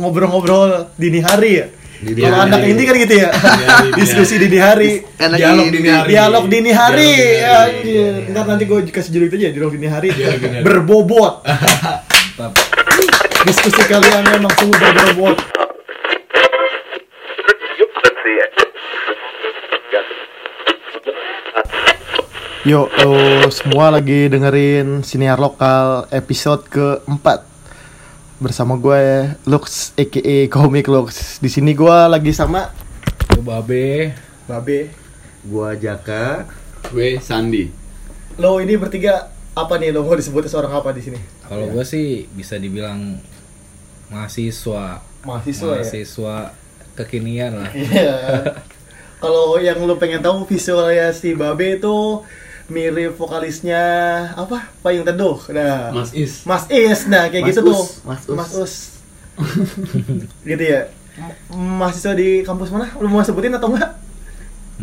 ngobrol-ngobrol dini hari ya. Dini Kalau hari. Iya, anak ini kan gitu ya. hari, Diskusi dini hari. Enak Dialog ini. dini hari. Dialog dini hari. Dialog dini hari. Anjir. Ntar nanti gue kasih judul itu aja dialog dini hari. Dialog dini hari. Berbobot. Diskusi kalian memang sungguh berbobot. Yo, lo semua lagi dengerin siniar lokal episode keempat bersama gue Lux aka Komik Lux. Di sini gue lagi sama Gue Babe Babe. Gua Jaka, gue Sandi. Lo ini bertiga apa nih lo mau disebutnya seorang apa di sini? Kalau gue sih bisa dibilang mahasiswa, Mahasiswa ya? mahasiswa kekinian lah. Iya. Kalau yang lo pengen tahu visualnya si Babe itu mirip vokalisnya apa? Payung Teduh. Nah. Mas Is. Mas Is, nah kayak Mas gitu Us, tuh. Mas Us. gitu ya. M- Mahasiswa di kampus mana? Lu mau sebutin atau enggak?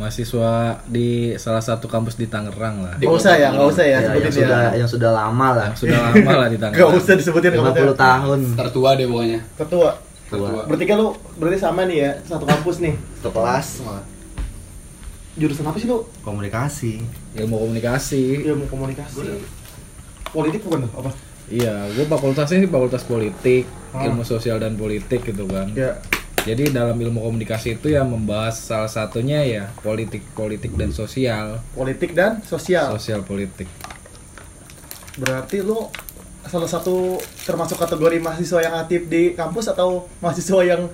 Mahasiswa di salah satu kampus di Tangerang lah. Nggak usah ya, nggak usah ya, Ya, yang sebutin ya. sudah yang sudah lama lah. Yang sudah lama lah di Nggak Tangerang. usah disebutin 50 kampusnya. tahun. Tertua deh pokoknya Ketua. Tua. Berarti kan lu berarti sama nih ya, satu kampus nih. Satu kelas malah. Jurusan apa sih lu? Komunikasi. Ilmu komunikasi. Ilmu komunikasi. Politik bukan tuh, apa? Iya, gue fakultasnya sih fakultas politik, Ah. ilmu sosial dan politik gitu kan. Ya. Jadi dalam ilmu komunikasi itu ya membahas salah satunya ya politik, politik dan sosial, Politik dan sosial. sosial politik. Berarti lu salah satu termasuk kategori mahasiswa yang aktif di kampus atau mahasiswa yang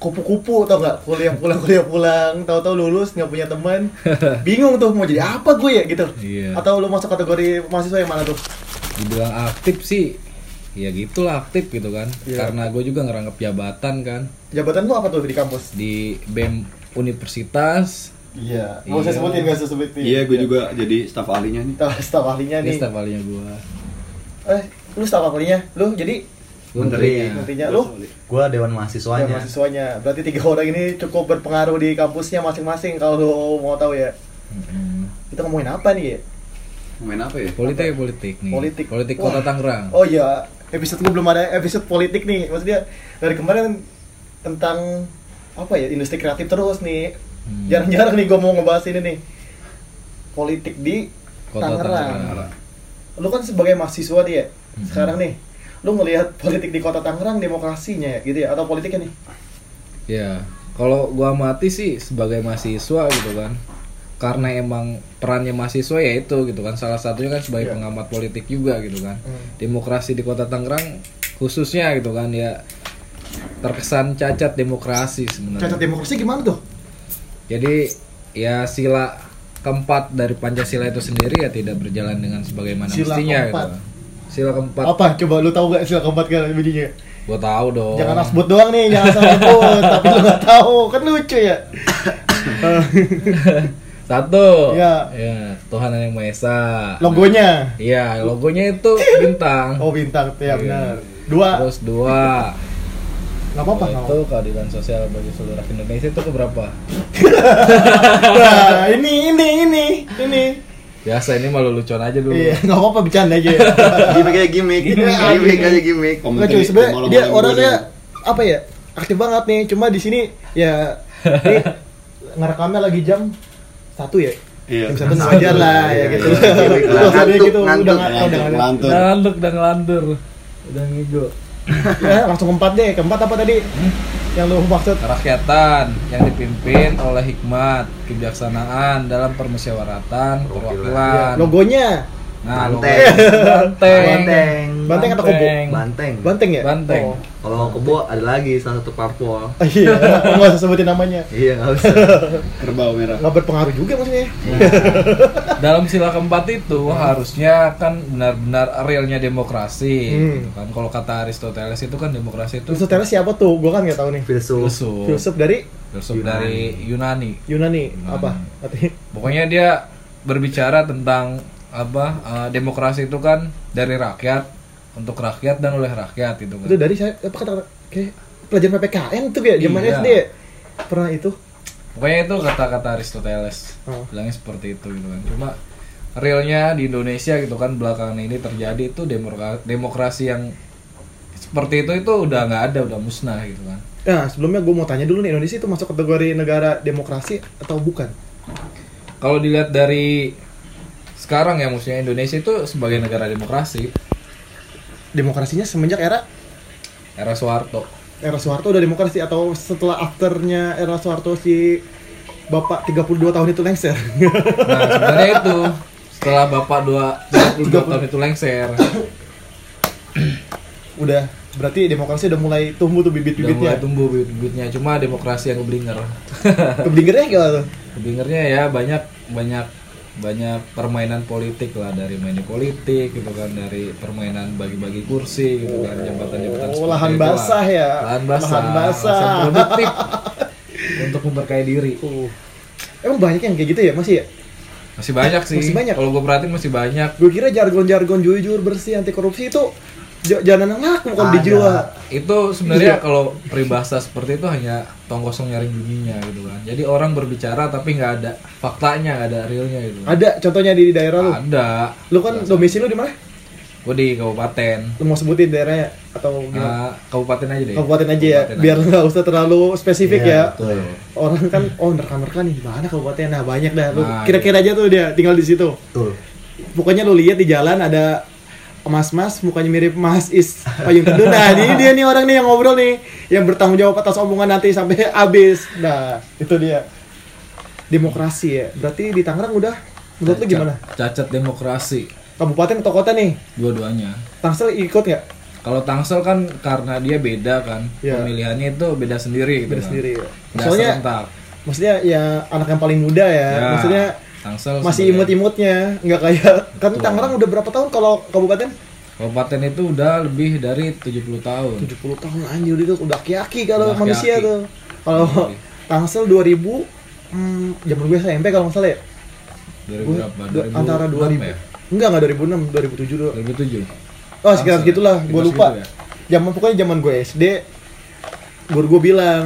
kupu-kupu atau enggak kuliah pulang kuliah pulang tahu-tahu lulus nggak punya teman bingung tuh mau jadi apa gue ya gitu Iya. atau lu masuk kategori mahasiswa yang mana tuh dibilang aktif sih ya gitulah aktif gitu kan Iya. karena gue juga ngerangkap jabatan kan jabatan lu apa tuh di kampus di bem universitas iya Nggak usah sebutin, nggak usah sebutin Iya, gue juga jadi staf ahlinya nih. staf, Iya, staf ahlinya ini nih setiap kalinya gue eh lu staf ahlinya lu jadi Menteri. nantinya Ya, lu Gua dewan dan mahasiswanya. mahasiswanya Iya, berarti tiga orang ini cukup berpengaruh di kampusnya masing-masing kalau lu mau tahu ya Mm-hmm. kita ngomongin apa nih ya? Main apa ya? politik politik nih Politik. politik Wah. kota Tangerang Oh iya, episode gue belum ada episode politik nih. Maksudnya dari kemarin tentang apa ya industri kreatif terus nih. Hmm. Jarang-jarang nih gue mau ngebahas ini nih. Politik di kota Tangerang. Tangerang Hmm. Lu kan sebagai mahasiswa dia sekarang nih. Lu ngelihat politik di kota Tangerang demokrasinya ya gitu ya atau politiknya nih? ya kalau gue mati sih sebagai mahasiswa gitu kan karena emang perannya mahasiswa ya itu gitu kan salah satunya kan sebagai Iya. pengamat politik juga gitu kan Hmm. demokrasi di kota Tangerang khususnya gitu kan ya terkesan cacat demokrasi sebenarnya Cacat demokrasi gimana tuh? Jadi ya sila keempat dari Pancasila itu sendiri ya tidak berjalan dengan sebagaimana Sila mestinya keempat. gitu. Sila keempat. Apa? Coba lu tahu gak sila keempat kan bunyinya? Gua tahu dong. Jangan asbut doang nih, jangan asal sebut. Tapi lu gak tahu, kan lucu ya. Satu. Iya. Ya, Tuhan yang Maha Esa. Logonya. Iya, logonya itu bintang. Oh bintang, ya Iya. benar. Dua, Terus dua. nggak apa-apa. nggak itu keadilan sosial bagi seluruh Indonesia itu keberapa? Nah, ini ini ini ini. Biasa ini malu lucuan aja dulu. Iya, nggak apa-apa bercanda aja. ya. Gimik aja gimmick. Gimik aja gimmick. Nggak cuy, sebenarnya dia orangnya apa ya? Aktif banget nih, cuma di sini ya ini ngerekamnya lagi jam satu ya. Iya. Jam satu wajar lah ya gitu. Iya, iya, iya. Terus ada Ngantuk, gitu udah ngantuk, nggak- udah Lantur, nggak- lantur. Udah ngelanduk, udah ngelantur. Udah ngigo. Ya, langsung keempat deh. Keempat apa tadi? Hmm? Yang lu maksud? kerakyatan yang dipimpin oleh hikmat, kebijaksanaan dalam permusyawaratan, perwakilan. Iya, Logonya Nah, logo- Banteng. banteng. Banteng. Banteng atau kebo? Banteng. Banteng ya? Banteng. Oh. Kalau kebo ada lagi salah satu Oh, parpol. iya, nggak usah sebutin namanya. Iya, enggak usah. Kerbau merah. Nggak berpengaruh juga maksudnya. Dalam sila keempat itu Hmm. harusnya kan benar-benar realnya demokrasi Hmm. gitu kan. Kalau kata Aristoteles itu kan demokrasi itu Terus setelah siapa tuh? Gua kan nggak tahu nih. Filsuf. filsuf, Filsuf dari filsuf dari Yunani. Yunani Hmm. apa? Artinya Pokoknya dia berbicara tentang apa eh, demokrasi itu kan dari rakyat untuk rakyat dan oleh rakyat gitu kan. itu dari saya apa kata kayak pelajaran PPKN tuh kayak zaman Iya. SD ya? pernah itu Pokoknya itu kata-kata Aristoteles Oh. bilangnya seperti itu gitu kan. Cuma realnya di Indonesia gitu kan belakangan ini terjadi itu demokrasi, demokrasi yang seperti itu itu udah nggak ada udah musnah gitu kan Nah, sebelumnya gue mau tanya dulu nih, Indonesia itu masuk kategori negara demokrasi atau bukan? kalau dilihat dari sekarang ya maksudnya Indonesia itu sebagai negara demokrasi Demokrasinya semenjak era era Soeharto era Soeharto udah demokrasi atau setelah afternya era Soeharto si bapak 32 tahun itu lengser. nah sebenarnya itu setelah bapak dua 32 tahun itu lengser udah berarti demokrasi udah mulai tumbuh tuh udah mulai bibit-bibitnya. tumbuh bibit-bibitnya cuma demokrasi yang keblinger Keblingernya gimana tuh? keblingernya ya banyak banyak banyak permainan politik lah dari main di politik gitu kan dari permainan bagi-bagi kursi gitu kan jabatan-jabatan Oh, seperti lahan itu lah. basah ya. lahan basah Lahan basah. alasan produktif untuk memperkaya diri Uh. Emang banyak yang kayak gitu ya masih ya? masih banyak sih Masih banyak. kalau gue perhatiin masih banyak Gue kira jargon-jargon jujur, bersih, anti korupsi itu j- jalanan yang laku bukan Ada. dijual. itu Iya. sebenarnya kalau peribahasa seperti itu hanya tong kosong nyaring bunyinya gitu kan jadi orang berbicara tapi nggak ada faktanya nggak ada realnya gitu Ada contohnya di daerah lu. ada Lu kan domisili lu di mana? gue di kabupaten Lu mau sebutin daerahnya atau gimana? Nah, kabupaten aja deh kabupaten aja ya, Kabupaten biar nggak usah terlalu spesifik Iya, ya. betul. Orang kan, oh nerka-nerka nih, mana kabupaten? Nah banyak dah, lu Nah, kira-kira aja tuh dia tinggal di situ. Betul. Pokoknya lu lihat di jalan ada mas-mas, mukanya mirip Mas Is Payung Teduh. Nah ini dia nih orang nih yang ngobrol nih, yang bertanggung jawab atas omongan nanti sampai habis. Nah itu dia. Demokrasi ya, berarti di Tangerang udah, menurut lu Cacat- gimana? cacat demokrasi Kabupaten atau kota nih, dua-duanya Tangsel ikut nggak? kalau Tangsel kan karena dia beda kan Iya. pemilihannya itu beda sendiri gitu Beda kan. sendiri ya. Nggak Soalnya, serentak. maksudnya ya anak yang paling muda ya, Ya, maksudnya Tangsel masih sebagai- imut-imutnya nggak kayak kan Tangerang udah berapa tahun kalau kabupaten Kabupaten itu udah lebih dari 70 tahun. 70 tahun anjir itu udah aki-aki kalau Udah manusia aki-aki. tuh kalau Tangsel 2000 hmm, zaman gue SMP kalau nggak salah ya 2000 Gue- berapa? du- antara 2000 2006 ya? enggak enggak 2006 2007 dulu 2007. oh sekitar Tangsel. ya? segitulah gue Sekitar lupa segitu ya? zaman pokoknya zaman gue SD guru gue bilang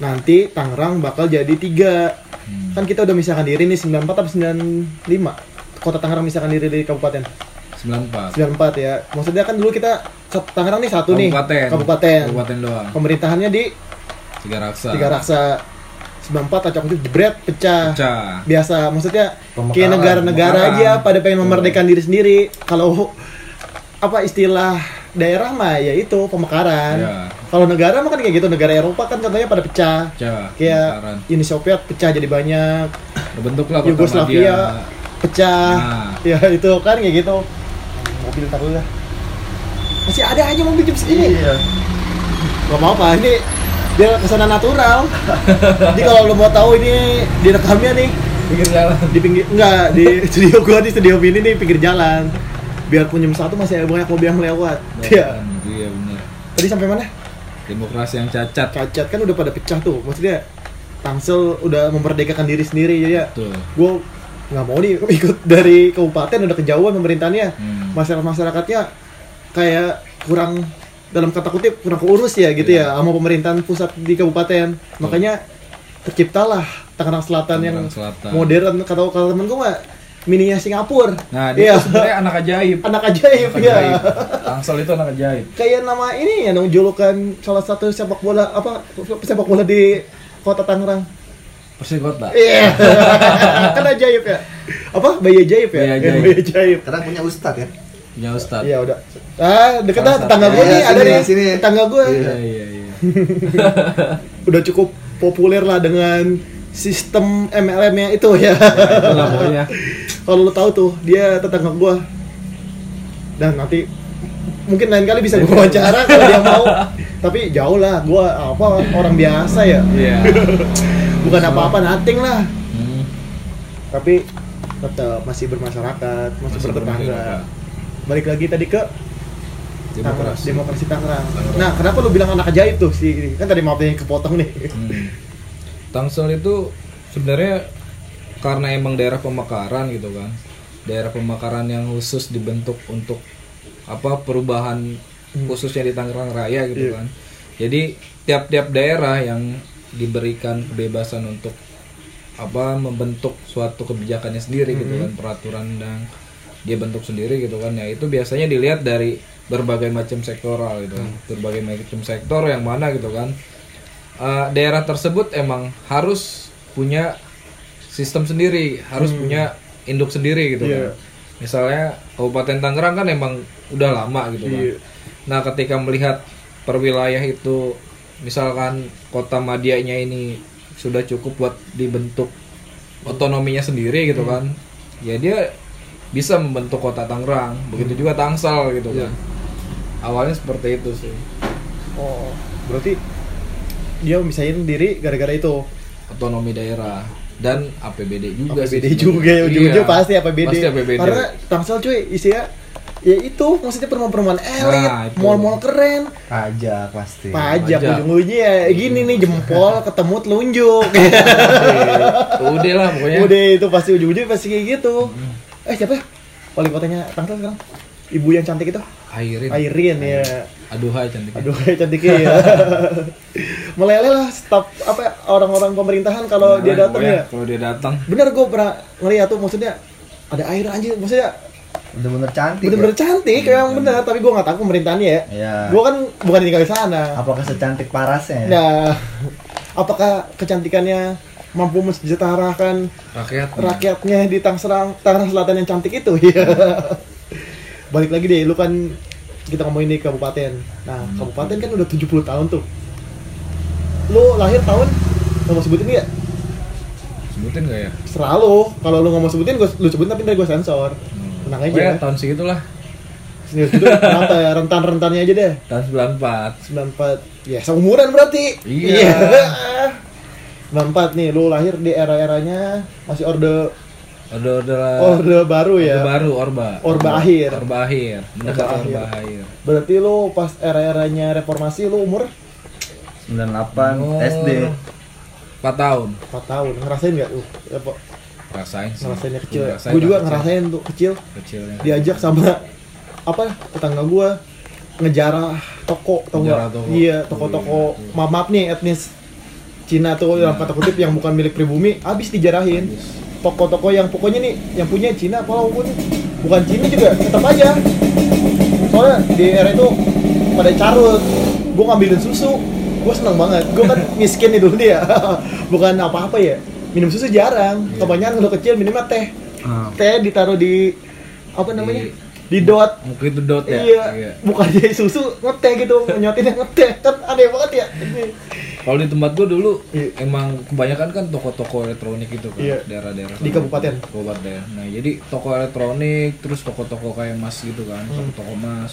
nanti Tangerang bakal jadi tiga Hmm. kan kita udah misalkan diri nih 94 atau 95 kota Tangerang misalkan diri dari kabupaten 94. 94 ya. Maksudnya kan dulu kita sat- Tangerang nih satu Kabupaten. nih. Kabupaten. Kabupaten doang. Pemerintahannya di Tiga raksa. Tiga Raksa. 94 acok itu jebret pecah. Pecah. Biasa maksudnya kayak Pemekaran, negara-negara pemekaran. aja pada pengen memerdekakan diri sendiri. Kalau apa istilah daerah mah ya itu pemekaran. Iya. Kalau negara mah kan kayak gitu, negara Eropa kan contohnya pada pecah. Pecah. Iya. Pemekaran. Kayak Uni Soviet pecah jadi banyak, Terbentuklah kota Yugoslavia Madia. pecah. Nah. Ya itu kan kayak gitu. Mobil ntar dulu dah. Masih ada aja mobil jam segini. Iya. Gak apa-apa, ini dia kesana natural. Jadi kalau lo mau tahu ini direkamnya nih Pinggir jalan. di pinggir enggak di studio gua di studio ini nih pinggir jalan. Biarpun jam satu masih ada banyak mobil yang lewat. Iya. Iya benar. Tadi sampai mana? Demokrasi yang cacat. Cacat kan udah pada pecah tuh. Maksudnya Tangsel udah memerdekakan diri sendiri jadi ya Betul. gue nggak mau nih ikut dari kabupaten udah kejauhan pemerintahnya Hmm. masyarakat masyarakatnya kayak kurang dalam kata kutip kurang keurus ya gitu Iya. ya sama pemerintahan pusat di kabupaten makanya terciptalah Tangerang Selatan yang Tangerang Selatan. modern kata kata temen gue mah mininya Singapura Nah, dia Iya. tuh sebenarnya anak ajaib. anak ajaib Anak ya ajaib. Tangsel itu anak ajaib. kayak nama ini ya dong, julukan salah satu sepak bola apa sepak bola di kota Tangerang Persikota. Iya. kan ajaib ya. Apa? Bayi ajaib ya? Bayi ajaib. Ya, bayi ajaib. Karena punya ustad ya. Punya Ustadz. Iya udah. Ah, deket dah tetangga gue Iya, nih, ada sini, nih sini. tetangga gue. Iya, iya, iya. Udah cukup populer lah dengan sistem MLM-nya itu ya. Itulah pokoknya. Kalau lo tahu tuh, dia tetangga gue. Dan nanti mungkin lain kali bisa gue wawancara kalau dia mau. Tapi jauh lah, gue apa orang biasa ya. Iya. Bukan apa-apa, nothing lah. Hmm. tapi tetap masih bermasyarakat, masih, Masih bertetangga. bermasyarakat. Balik lagi tadi ke Tangerang, Demokrasi. demokrasi Tangerang. Nah, kenapa lu bilang anak ajaib tuh si kan tadi maafnya yang kepotong nih. Hmm. Tangsel itu sebenarnya karena emang daerah pemekaran gitu kan. Daerah pemekaran yang khusus dibentuk untuk apa perubahan khususnya di Tangerang Raya Hmm. gitu Iya. kan. Jadi tiap-tiap daerah yang diberikan kebebasan Mm-hmm. untuk apa membentuk suatu kebijakannya sendiri gitu kan peraturan dan dia bentuk sendiri gitu kan ya itu biasanya dilihat dari berbagai macam sektoral gitu kan. Mm. berbagai macam sektor yang mana gitu kan Eh, daerah tersebut emang harus punya sistem sendiri harus punya induk sendiri Mm. gitu Iya. kan misalnya Kabupaten Tangerang kan emang udah lama gitu kan Iya. nah ketika melihat perwilayah itu misalkan kota Madiaknya ini sudah cukup buat dibentuk otonominya sendiri Hmm. gitu kan ya dia bisa membentuk kota Tangerang begitu Hmm. juga Tangsel gitu Ya. kan awalnya seperti itu sih Oh, berarti dia misahin diri gara-gara itu. otonomi daerah dan APBD juga sih APBD sebenarnya. juga ya, ujung-ujungnya Iya. pasti APBD. Pasti APBD. Karena Tangsel cuy isinya ya itu maksudnya perumahan-perumahan elit, Nah, itu. Iya, mall-mall keren, Pajak pasti. pajak pajak. Iya. ujung-ujungnya ya gini nih jempol ketemu telunjuk. Ya, udah lah pokoknya Udah itu pasti ujung-ujungnya pasti kayak gitu. Hmm. Eh siapa? ya? Wali kotanya Tangsel sekarang. Ibu yang cantik itu Airin Airin ya. aduhai cantik Aduh, cantiknya ya. Meleleh lah staf apa ya, orang-orang pemerintahan kalau dia datang ya. kalau dia datang Bener gue pernah ngeliat tuh maksudnya ada air anjir maksudnya Bener-bener cantik. bener-bener ya? cantik emang bener tapi gue nggak tahu pemerintahannya ya. Iya. Gue kan bukan tinggal di sana. Apakah secantik parasnya? ya? Nah, apakah kecantikannya mampu mensejahterakan rakyat rakyatnya di Tangerang Tangerang Selatan yang cantik itu? Iya. Balik lagi deh, lu kan kita ngomongin di kabupaten. Nah, Hmm. kabupaten kan udah 70 tahun tuh. Lu lahir tahun nggak mau sebutin ya? sebutin gak ya Serah lu. Kalau lu nggak mau sebutin, gua, lu sebutin tapi ntar gue sensor. Hmm. Tenang aja. Pokoknya tahun segitulah Sini itu berapa ya? rentan-rentannya aja deh. tahun 94 94. Ya, seumuran berarti. Iya. 94 nih, lu lahir di era-eranya masih orde Orde orde lah orde baru Oh, Eh, Orde ya. baru orba Orba akhir. orba akhir mendekati Orba orba akhir. akhir Berarti lu pas era-eranya reformasi lu umur 98 Umur SD. 4 Oh. tahun 4 tahun. Ngerasain nggak? Uh, repo- rasain sih ngerasainnya kecil. ya? Ngerasain Gue juga lah, ngerasain tuh kecil kecilnya diajak sama apa tetangga gua ngejarah toko tau Ngejarah nggak? toko. iya toko-toko mamap nih etnis Cina tuh dalam kata kutip yang bukan milik pribumi habis dijarahin toko-toko yang pokoknya nih yang punya Cina walaupun bukan Cina juga tetap aja soalnya di era itu pada carut gua ngambilin susu gua seneng banget gua kan miskin itu dia bukan apa-apa ya minum susu jarang kebanyakan kalau kecil minumnya teh Hmm. teh ditaruh di apa namanya di, dot mungkin itu dot ya iya bukannya susu ngeteh gitu nyotinnya ngeteh kan aneh banget ya Ini. Kalau di tempat gue dulu Iya. emang kebanyakan kan toko-toko elektronik gitu kan Iya. daerah-daerah Di kabupaten? kabupaten. Nah jadi toko elektronik terus toko-toko kayak emas gitu kan Hmm. toko-toko emas.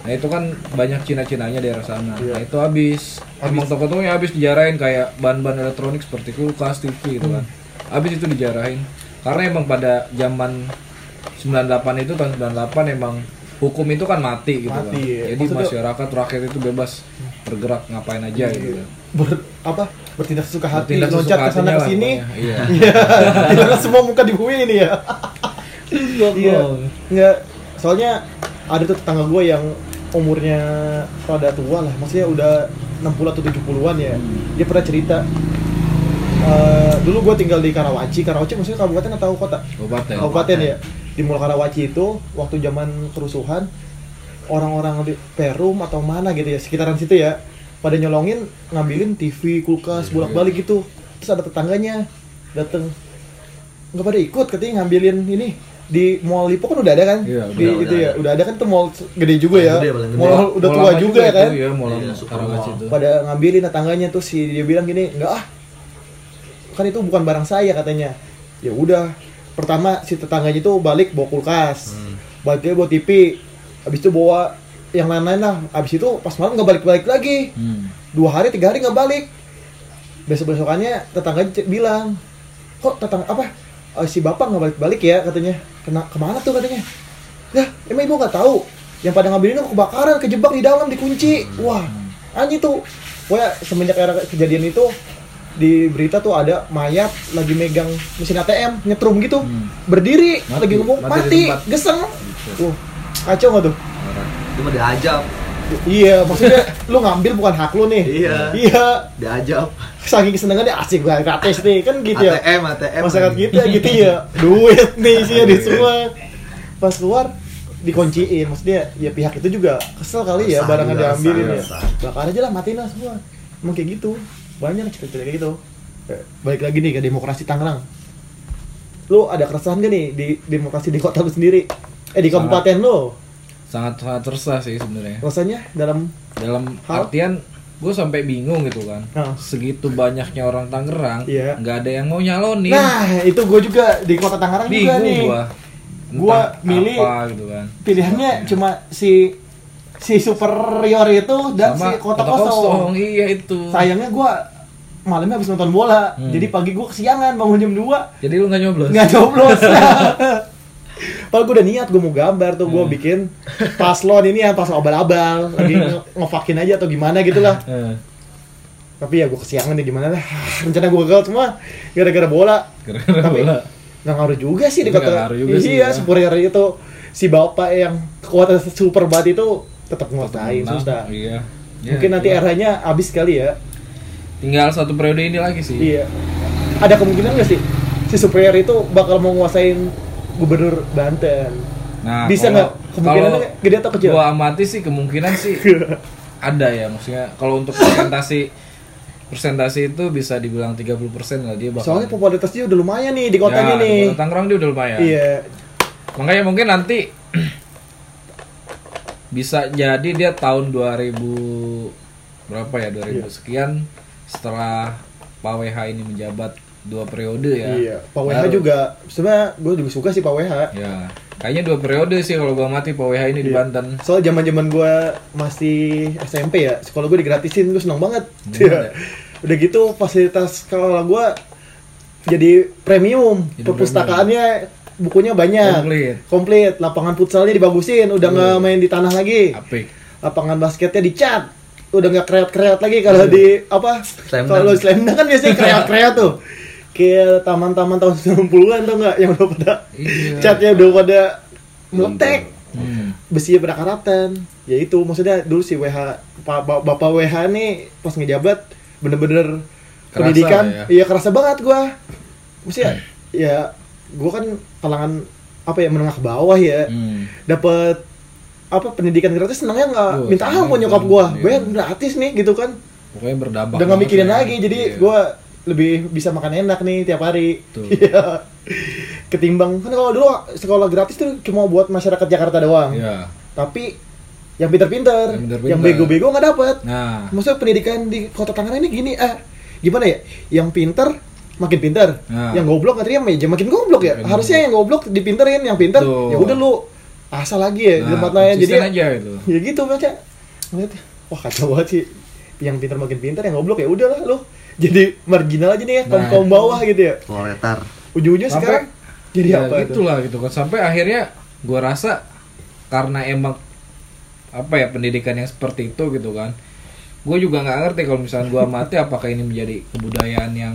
Nah itu kan banyak Cina-Cinanya daerah sana. Iya. Nah itu habis emang toko-tokonya habis dijarahin kayak bahan-bahan elektronik seperti kulkas, TV gitu Hmm. kan. Habis itu dijarahin karena emang pada zaman 98 itu tahun 98 emang hukum itu kan mati gitu Mati, kan. iya. Jadi Maksudnya- masyarakat rakyat itu bebas bergerak ngapain aja gitu kan Ber- apa bertindak sesuka hati bertindak loncat ke sesuka sana hatinya ke sini lah pokoknya. Iya. Karena semua muka di bumi ini ya iya nggak soalnya ada tuh tetangga gue yang umurnya rada tua lah maksudnya udah 60 atau 70-an ya Hmm. dia pernah cerita eh, dulu gue tinggal di Karawaci Karawaci maksudnya kabupaten atau kota Kabupaten. kabupaten ya di Mall Karawaci itu waktu zaman kerusuhan orang-orang di Perum atau mana gitu ya sekitaran situ ya pada nyolongin ngambilin TV kulkas bolak-balik gitu terus ada tetangganya dateng nggak pada ikut katanya ngambilin ini di Mall Lipo kan udah ada kan Iya, di itu udah, udah ya udah ada kan tuh mall gede juga ya Gede, paling gede. mall udah Mau tua lama juga ya itu, kan Iya, mau lama Iya, super Karawaci lama. itu. pada ngambilin tetangganya tuh si dia bilang gini enggak ah kan itu bukan barang saya katanya ya udah pertama si tetangganya itu balik bawa kulkas baliknya bawa TV habis itu bawa yang lain-lain lah habis itu pas malam nggak balik-balik lagi Hmm. dua hari tiga hari nggak balik besok besokannya tetangganya cek- bilang kok tetang apa eh, si bapak nggak balik balik ya katanya kena kemana tuh katanya ya emang ibu nggak tahu yang pada ngambilin itu kebakaran kejebak di dalam dikunci wah anjing tuh Pokoknya semenjak era kejadian itu di berita tuh ada mayat lagi megang mesin ATM nyetrum gitu berdiri Hmm. Mati. lagi ngomong Mati mati, di tempat. Gitu. geseng Wah, kacau nggak tuh Itu mah diajak. iya maksudnya lu ngambil bukan hak lu nih Iya. iya Diajak. saking kesenangannya "Ah, asik banget gratis Iya. nih kan gitu ya ATM, ATM. masyarakat kita gitu ya duit nih isinya di semua ya, pas keluar dikunciin maksudnya ya pihak itu juga kesel kali ya Resah barangnya juga, diambilin ya resah, bakar aja lah matiin lah semua emang kayak gitu banyak cerita-cerita kayak gitu Eh, balik lagi nih ke demokrasi Tangerang lu ada keresahan gak nih di demokrasi di kota lu sendiri eh di Sangat. kabupaten lu sangat sangat resah sih sebenarnya rasanya dalam dalam Hal? artian gue sampai bingung gitu kan Hah. segitu banyaknya orang Tangerang Iya. nggak ada yang mau nyalonin nah itu gue juga di kota Tangerang juga bingung nih gue Gua milih- apa gitu kan pilihannya cuma si si superior itu dan si kota, kosong. iya itu Sayangnya gua malamnya habis nonton bola, jadi pagi gua kesiangan bangun jam 2 jadi lu nggak nyoblos nggak coblos. Padahal gua udah niat gua mau gambar tuh gua bikin paslon ini ya paslon abal-abal lagi nge- ngefakin aja atau gimana gitu lah. Eh, Tapi ya gua kesiangan nih gimana lah. Rencana gua gagal semua gara-gara bola. gara-gara Tapi- bola Nggak ngaruh juga sih Nggak dikata. ngaruh juga sih, iya, ya. superior itu si bapak yang kekuatan super banget itu tetap nguasain Menang, susah. iya Ya, Mungkin nanti tinggal- eranya habis kali ya. tinggal satu periode ini lagi sih Iya. Ada kemungkinan nggak sih si superior itu bakal mau nguasain gubernur Banten? Nah, Bisa kalau- nggak? Kemungkinannya kalau gede atau kecil? Gua amati sih kemungkinan sih ada ya maksudnya kalau untuk presentasi presentasi itu bisa dibilang 30% lah dia bakal. Soalnya popularitas dia udah lumayan nih di kota Ya, ini di nih. Kota Tangerang dia udah lumayan. Iya. Makanya mungkin nanti bisa jadi dia tahun 2000 berapa ya 2000 Iya. sekian setelah Pak WH ini menjabat dua periode ya. Iya. Pak WH Baru- juga sebenarnya gue juga suka sih Pak WH. Ya, kayaknya dua periode sih kalau gua mati Pak WH ini di Iya. Banten. Soal zaman zaman gue masih SMP ya, sekolah gue digratisin, gue seneng banget. Iya. Udah gitu fasilitas sekolah gue jadi premium, Jadi perpustakaannya bukunya banyak, Komplit. Iya. komplit, lapangan futsalnya dibagusin, udah nggak main di tanah lagi, Apik. lapangan basketnya dicat, udah nggak kreat-kreat lagi kalau Iya. di apa? Slam dunk. Kalau slam dunk kan biasanya kreat-kreat tuh. Kayak taman-taman tahun 90-an tau nggak yang udah pada Iya. catnya udah pada meletek Hmm. besinya berkaratan ya itu maksudnya dulu si WH pa- ba- bapak WH nih pas ngejabat bener-bener Kerasa pendidikan ya? Hmm. iya kerasa banget gua maksudnya ya gua kan kalangan apa ya menengah ke bawah ya Hmm. dapat apa pendidikan gratis senangnya nggak Duh, minta senang ampun itu, nyokap gua iya. gue gratis nih gitu kan Pokoknya berdampak. udah nggak banget mikirin ya. lagi jadi Iya. gua lebih bisa makan enak nih tiap hari Betul. Iya. ketimbang kan kalau dulu sekolah gratis tuh cuma buat masyarakat Jakarta doang Iya. tapi yang pinter-pinter, Yang pinter-pinter. yang bego-bego nggak dapet. Nah, Maksudnya pendidikan di kota Tangerang ini gini, eh gimana ya? Yang pinter makin pinter, Nah. yang goblok katanya meja makin goblok ya. Makin Harusnya yang goblok dipinterin, yang pinter Tuh. ya udah lu asal lagi ya di nah, tempat lain. Jadi konsisten aja itu. ya gitu baca. Ngeliat, wah kacau banget sih. Yang pinter makin pinter, yang goblok ya udahlah lu. Jadi marginal aja nih ya, kaum kaum bawah gitu ya. proletar Ujung-ujungnya Nah. Sampai- sekarang jadi ya, apa itu? gitulah gitu kan sampai akhirnya gua rasa karena emang apa ya pendidikan yang seperti itu gitu kan gue juga nggak ngerti kalau misalnya gua mati apakah ini menjadi kebudayaan yang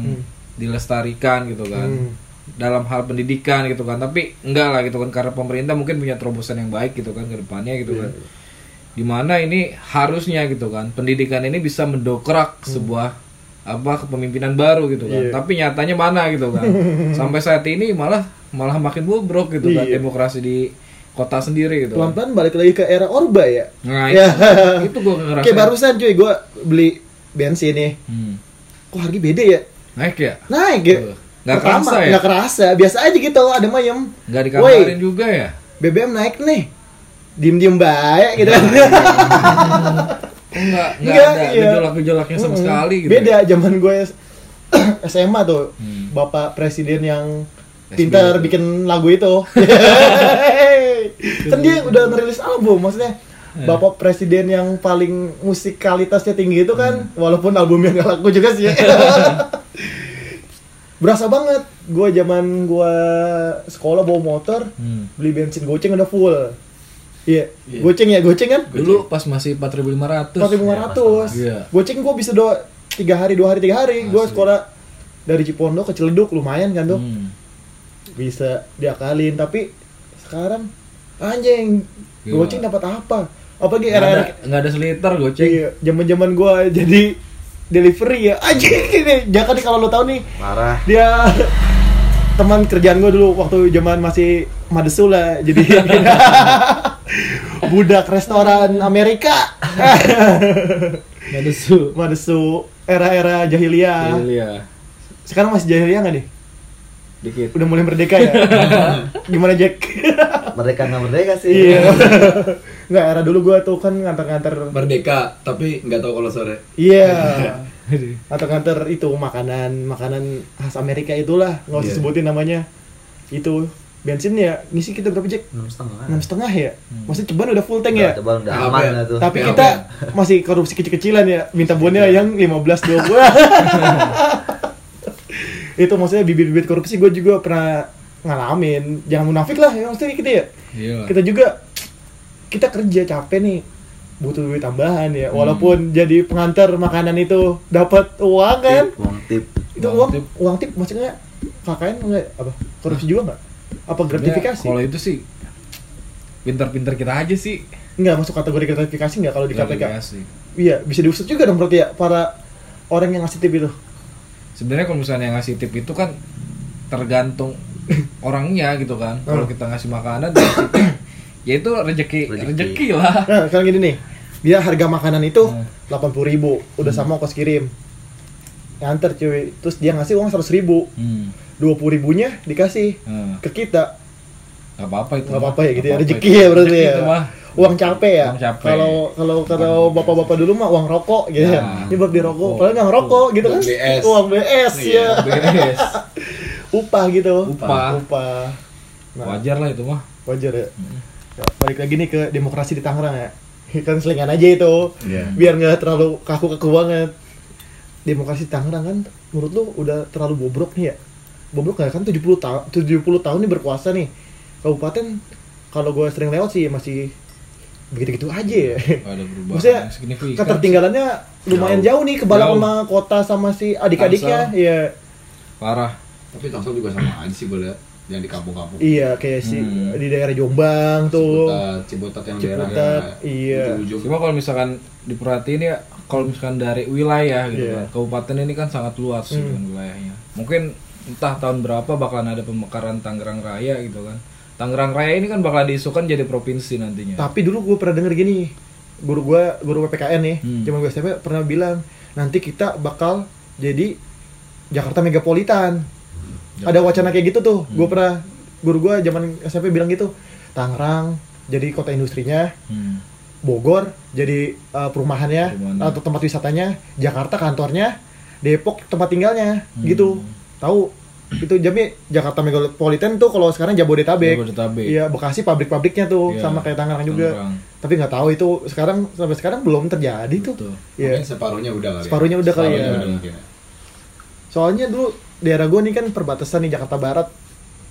dilestarikan gitu kan Hmm. dalam hal pendidikan gitu kan tapi enggak lah gitu kan karena pemerintah mungkin punya terobosan yang baik gitu kan ke depannya gitu Iya, kan dimana ini harusnya gitu kan pendidikan ini bisa mendokrak sebuah apa kepemimpinan baru gitu kan Hmm. Iya. tapi nyatanya mana gitu kan sampai saat ini malah malah makin bobrok gitu kan Iya. demokrasi di kota sendiri gitu kan. Pelan-pelan balik lagi ke era Orba ya. nah Ya. itu, itu gue ngerasa ya? Kayak barusan cuy gue beli bensin nih Hmm. Kok harga beda ya? naik ya Naik ya? Tuh. Nggak kerasa ya? Gak kerasa, biasa aja gitu ada mayem nggak Woi, dikabarin juga ya BBM naik nih Diem-diem baik gitu Nah, Kok nggak nggak Nggak, ada iya. gejolak gejolaknya sama Mm-mm. sekali gitu Beda zaman gue SMA tuh Hmm. Bapak presiden yang SBY. pintar bikin lagu itu Kan dia Iya. udah ngerilis album maksudnya Bapak presiden yang paling musikalitasnya tinggi itu kan Hmm. Walaupun albumnya gak laku juga sih ya. Berasa banget Gue zaman gue sekolah bawa motor Hmm. Beli bensin goceng udah full Iya, goceng ya, goceng kan? dulu pas masih 4500 empat ribu Iya. Goceng gue bisa do tiga hari, dua hari, tiga hari. Gue Asli. sekolah dari Cipondok ke Ciledug lumayan kan tuh, Hmm. bisa diakalin. Tapi sekarang anjing, Gila. goceng dapat apa? Apalagi Iya. nggak ada era-era nggak ada seliter goceng iya, zaman-zaman gue jadi delivery ya anjing ini. Jangan nih kalau lo tau nih parah dia teman kerjaan gue dulu waktu zaman masih madesul lah jadi budak restoran Amerika Madesu. madesu era-era jahiliyah Iya. sekarang masih jahiliyah nggak nih Dikit. udah mulai merdeka ya gimana Jack Merdeka nggak merdeka sih. iya nggak era dulu gue tuh kan nganter-nganter Merdeka, tapi nggak tahu kalau sore. iya nganter-nganter itu makanan makanan khas Amerika itulah nggak usah sebutin namanya itu bensinnya ngisi kita berapa Jack Enam setengah. enam setengah ya maksudnya ceban udah full tank ya Coba udah Apa aman ya? lah tuh. Tapi Ya, kita masih korupsi kecil-kecilan ya, minta bonnya Iya. yang 15 20. itu maksudnya bibit-bibit korupsi gue juga pernah ngalamin. Jangan munafik lah, ya, maksudnya kita ya. Iya. Kita juga kita kerja capek nih butuh duit tambahan ya Hmm. walaupun jadi pengantar makanan itu dapat uang kan Tip, uang tip. itu Iya. Uang uang tip. uang tip maksudnya KKN nggak apa korupsi juga nggak apa gratifikasi Kalau itu sih pinter-pinter kita aja sih. nggak masuk kategori gratifikasi nggak kalau di KPK Gratifikasi. Iya, bisa diusut juga dong berarti ya para orang yang ngasih tip itu. sebenarnya kalau misalnya yang ngasih tip itu kan tergantung orangnya gitu kan Hmm. kalau kita ngasih makanan dia ngasih tip, ya itu rezeki Rezeki. rezeki lah Nah, sekarang gini nih. Dia harga makanan itu Hmm. 80.000, udah sama ongkos kirim. Nganter cuy. Terus dia ngasih uang 100.000. ribu hmm. 20 ribunya dikasih Nah, ke kita. nggak apa-apa itu nggak mah. apa-apa ya gitu ya, Nggak apa-apa rezeki itu. ya berarti Rezeki ya. itu mah. Uang capek ya. Uang capek. Kalau kalau kalau bapak-bapak dulu mah uang rokok gitu ya. Nah, Ini buat beli rokok, rokok. padahal nggak ngerokok gitu kan. Uang BS. Uang BS ya. Beres. Upah gitu. Upah. Upah. Nah. wajar lah itu mah wajar ya. Ya, Balik lagi nih ke demokrasi di Tangerang ya. kan selingan aja itu. Iya. Biar nggak terlalu kaku-kaku banget. Demokrasi di Tangerang kan menurut lu udah terlalu bobrok nih ya. Bobrok nggak kan 70 tahun 70 tahun nih berkuasa nih. Kabupaten kalau gue sering lewat sih masih begitu-gitu aja ya. nggak ada perubahan Maksudnya yang signifikan ketertinggalannya lumayan jauh, nih kebalap Jauh. sama kota sama si adik-adiknya. Tangsel. Iya. parah Tapi Tangsel juga sama aja sih gue liat. Yang di kampung-kampung. Iya kayak si Hmm. di daerah Jombang tuh. Ciputat, Ciputat yang daerah. Ciputat, iya. Ujung cuma kalau misalkan diperhatiin ya kalau misalkan dari wilayah gitu Iya. Hmm. kan kabupaten ini kan sangat luas gitu kan wilayahnya mungkin entah tahun berapa bakalan ada pemekaran Tangerang Raya gitu kan Tangerang Raya ini kan bakalan diisukan jadi provinsi nantinya Tapi dulu gue pernah denger gini, guru gue, guru PPKN nih, Hmm. zaman gue SMP pernah bilang, nanti kita bakal jadi Jakarta megapolitan. Ada wacana kayak gitu tuh, gue pernah, guru gue zaman SMP bilang gitu, Tangerang jadi kota industrinya, Hmm. Bogor jadi uh, perumahannya Perumahan. atau tempat wisatanya, Jakarta kantornya, Depok tempat tinggalnya, gitu. Tahu itu jadi Jakarta megapolitan tuh kalau sekarang Jabodetabek. Jabodetabek. Iya, Bekasi pabrik-pabriknya tuh Iya, sama kayak Tangerang juga. Tangerang. Tapi nggak tahu itu sekarang sampai sekarang belum terjadi tuh. Betul. Iya. Mungkin separuhnya udah kali. ya. Separuhnya udah kali ya. Separuhnya udah mungkin ya. Soalnya dulu daerah gue nih kan perbatasan nih Jakarta Barat.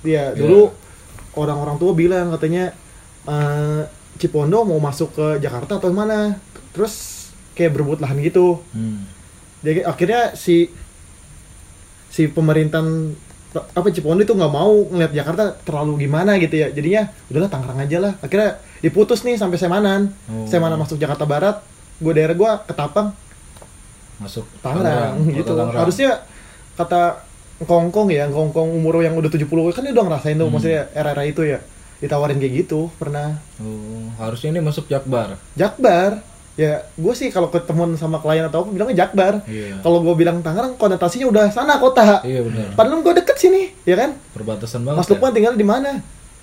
Iya, dulu orang-orang tua bilang katanya eh, Cipondo mau masuk ke Jakarta atau mana. Terus kayak berebut lahan gitu. Hmm. Jadi akhirnya si si pemerintahan apa Cipondo itu nggak mau ngeliat Jakarta terlalu gimana gitu ya. Jadinya udahlah Tangerang aja lah. Akhirnya diputus nih sampai Semanan. Oh. Semanan masuk Jakarta Barat. Gue daerah gue Ketapang, Masuk Tangerang Kota gitu. Tangerang. Harusnya kata Kongkong ya, Kongkong umur yang udah 70 kan dia udah ngerasain tuh Hmm. maksudnya era-era itu ya. Ditawarin kayak gitu pernah. Oh, harusnya ini masuk Jakbar. Jakbar ya gue sih kalau ketemu sama klien atau aku bilangnya Jakbar Iya. kalau gue bilang Tangerang konotasinya udah sana kota Iya benar. Padahal gue deket sini, ya kan? Perbatasan banget. Mas Lukman tinggal di mana?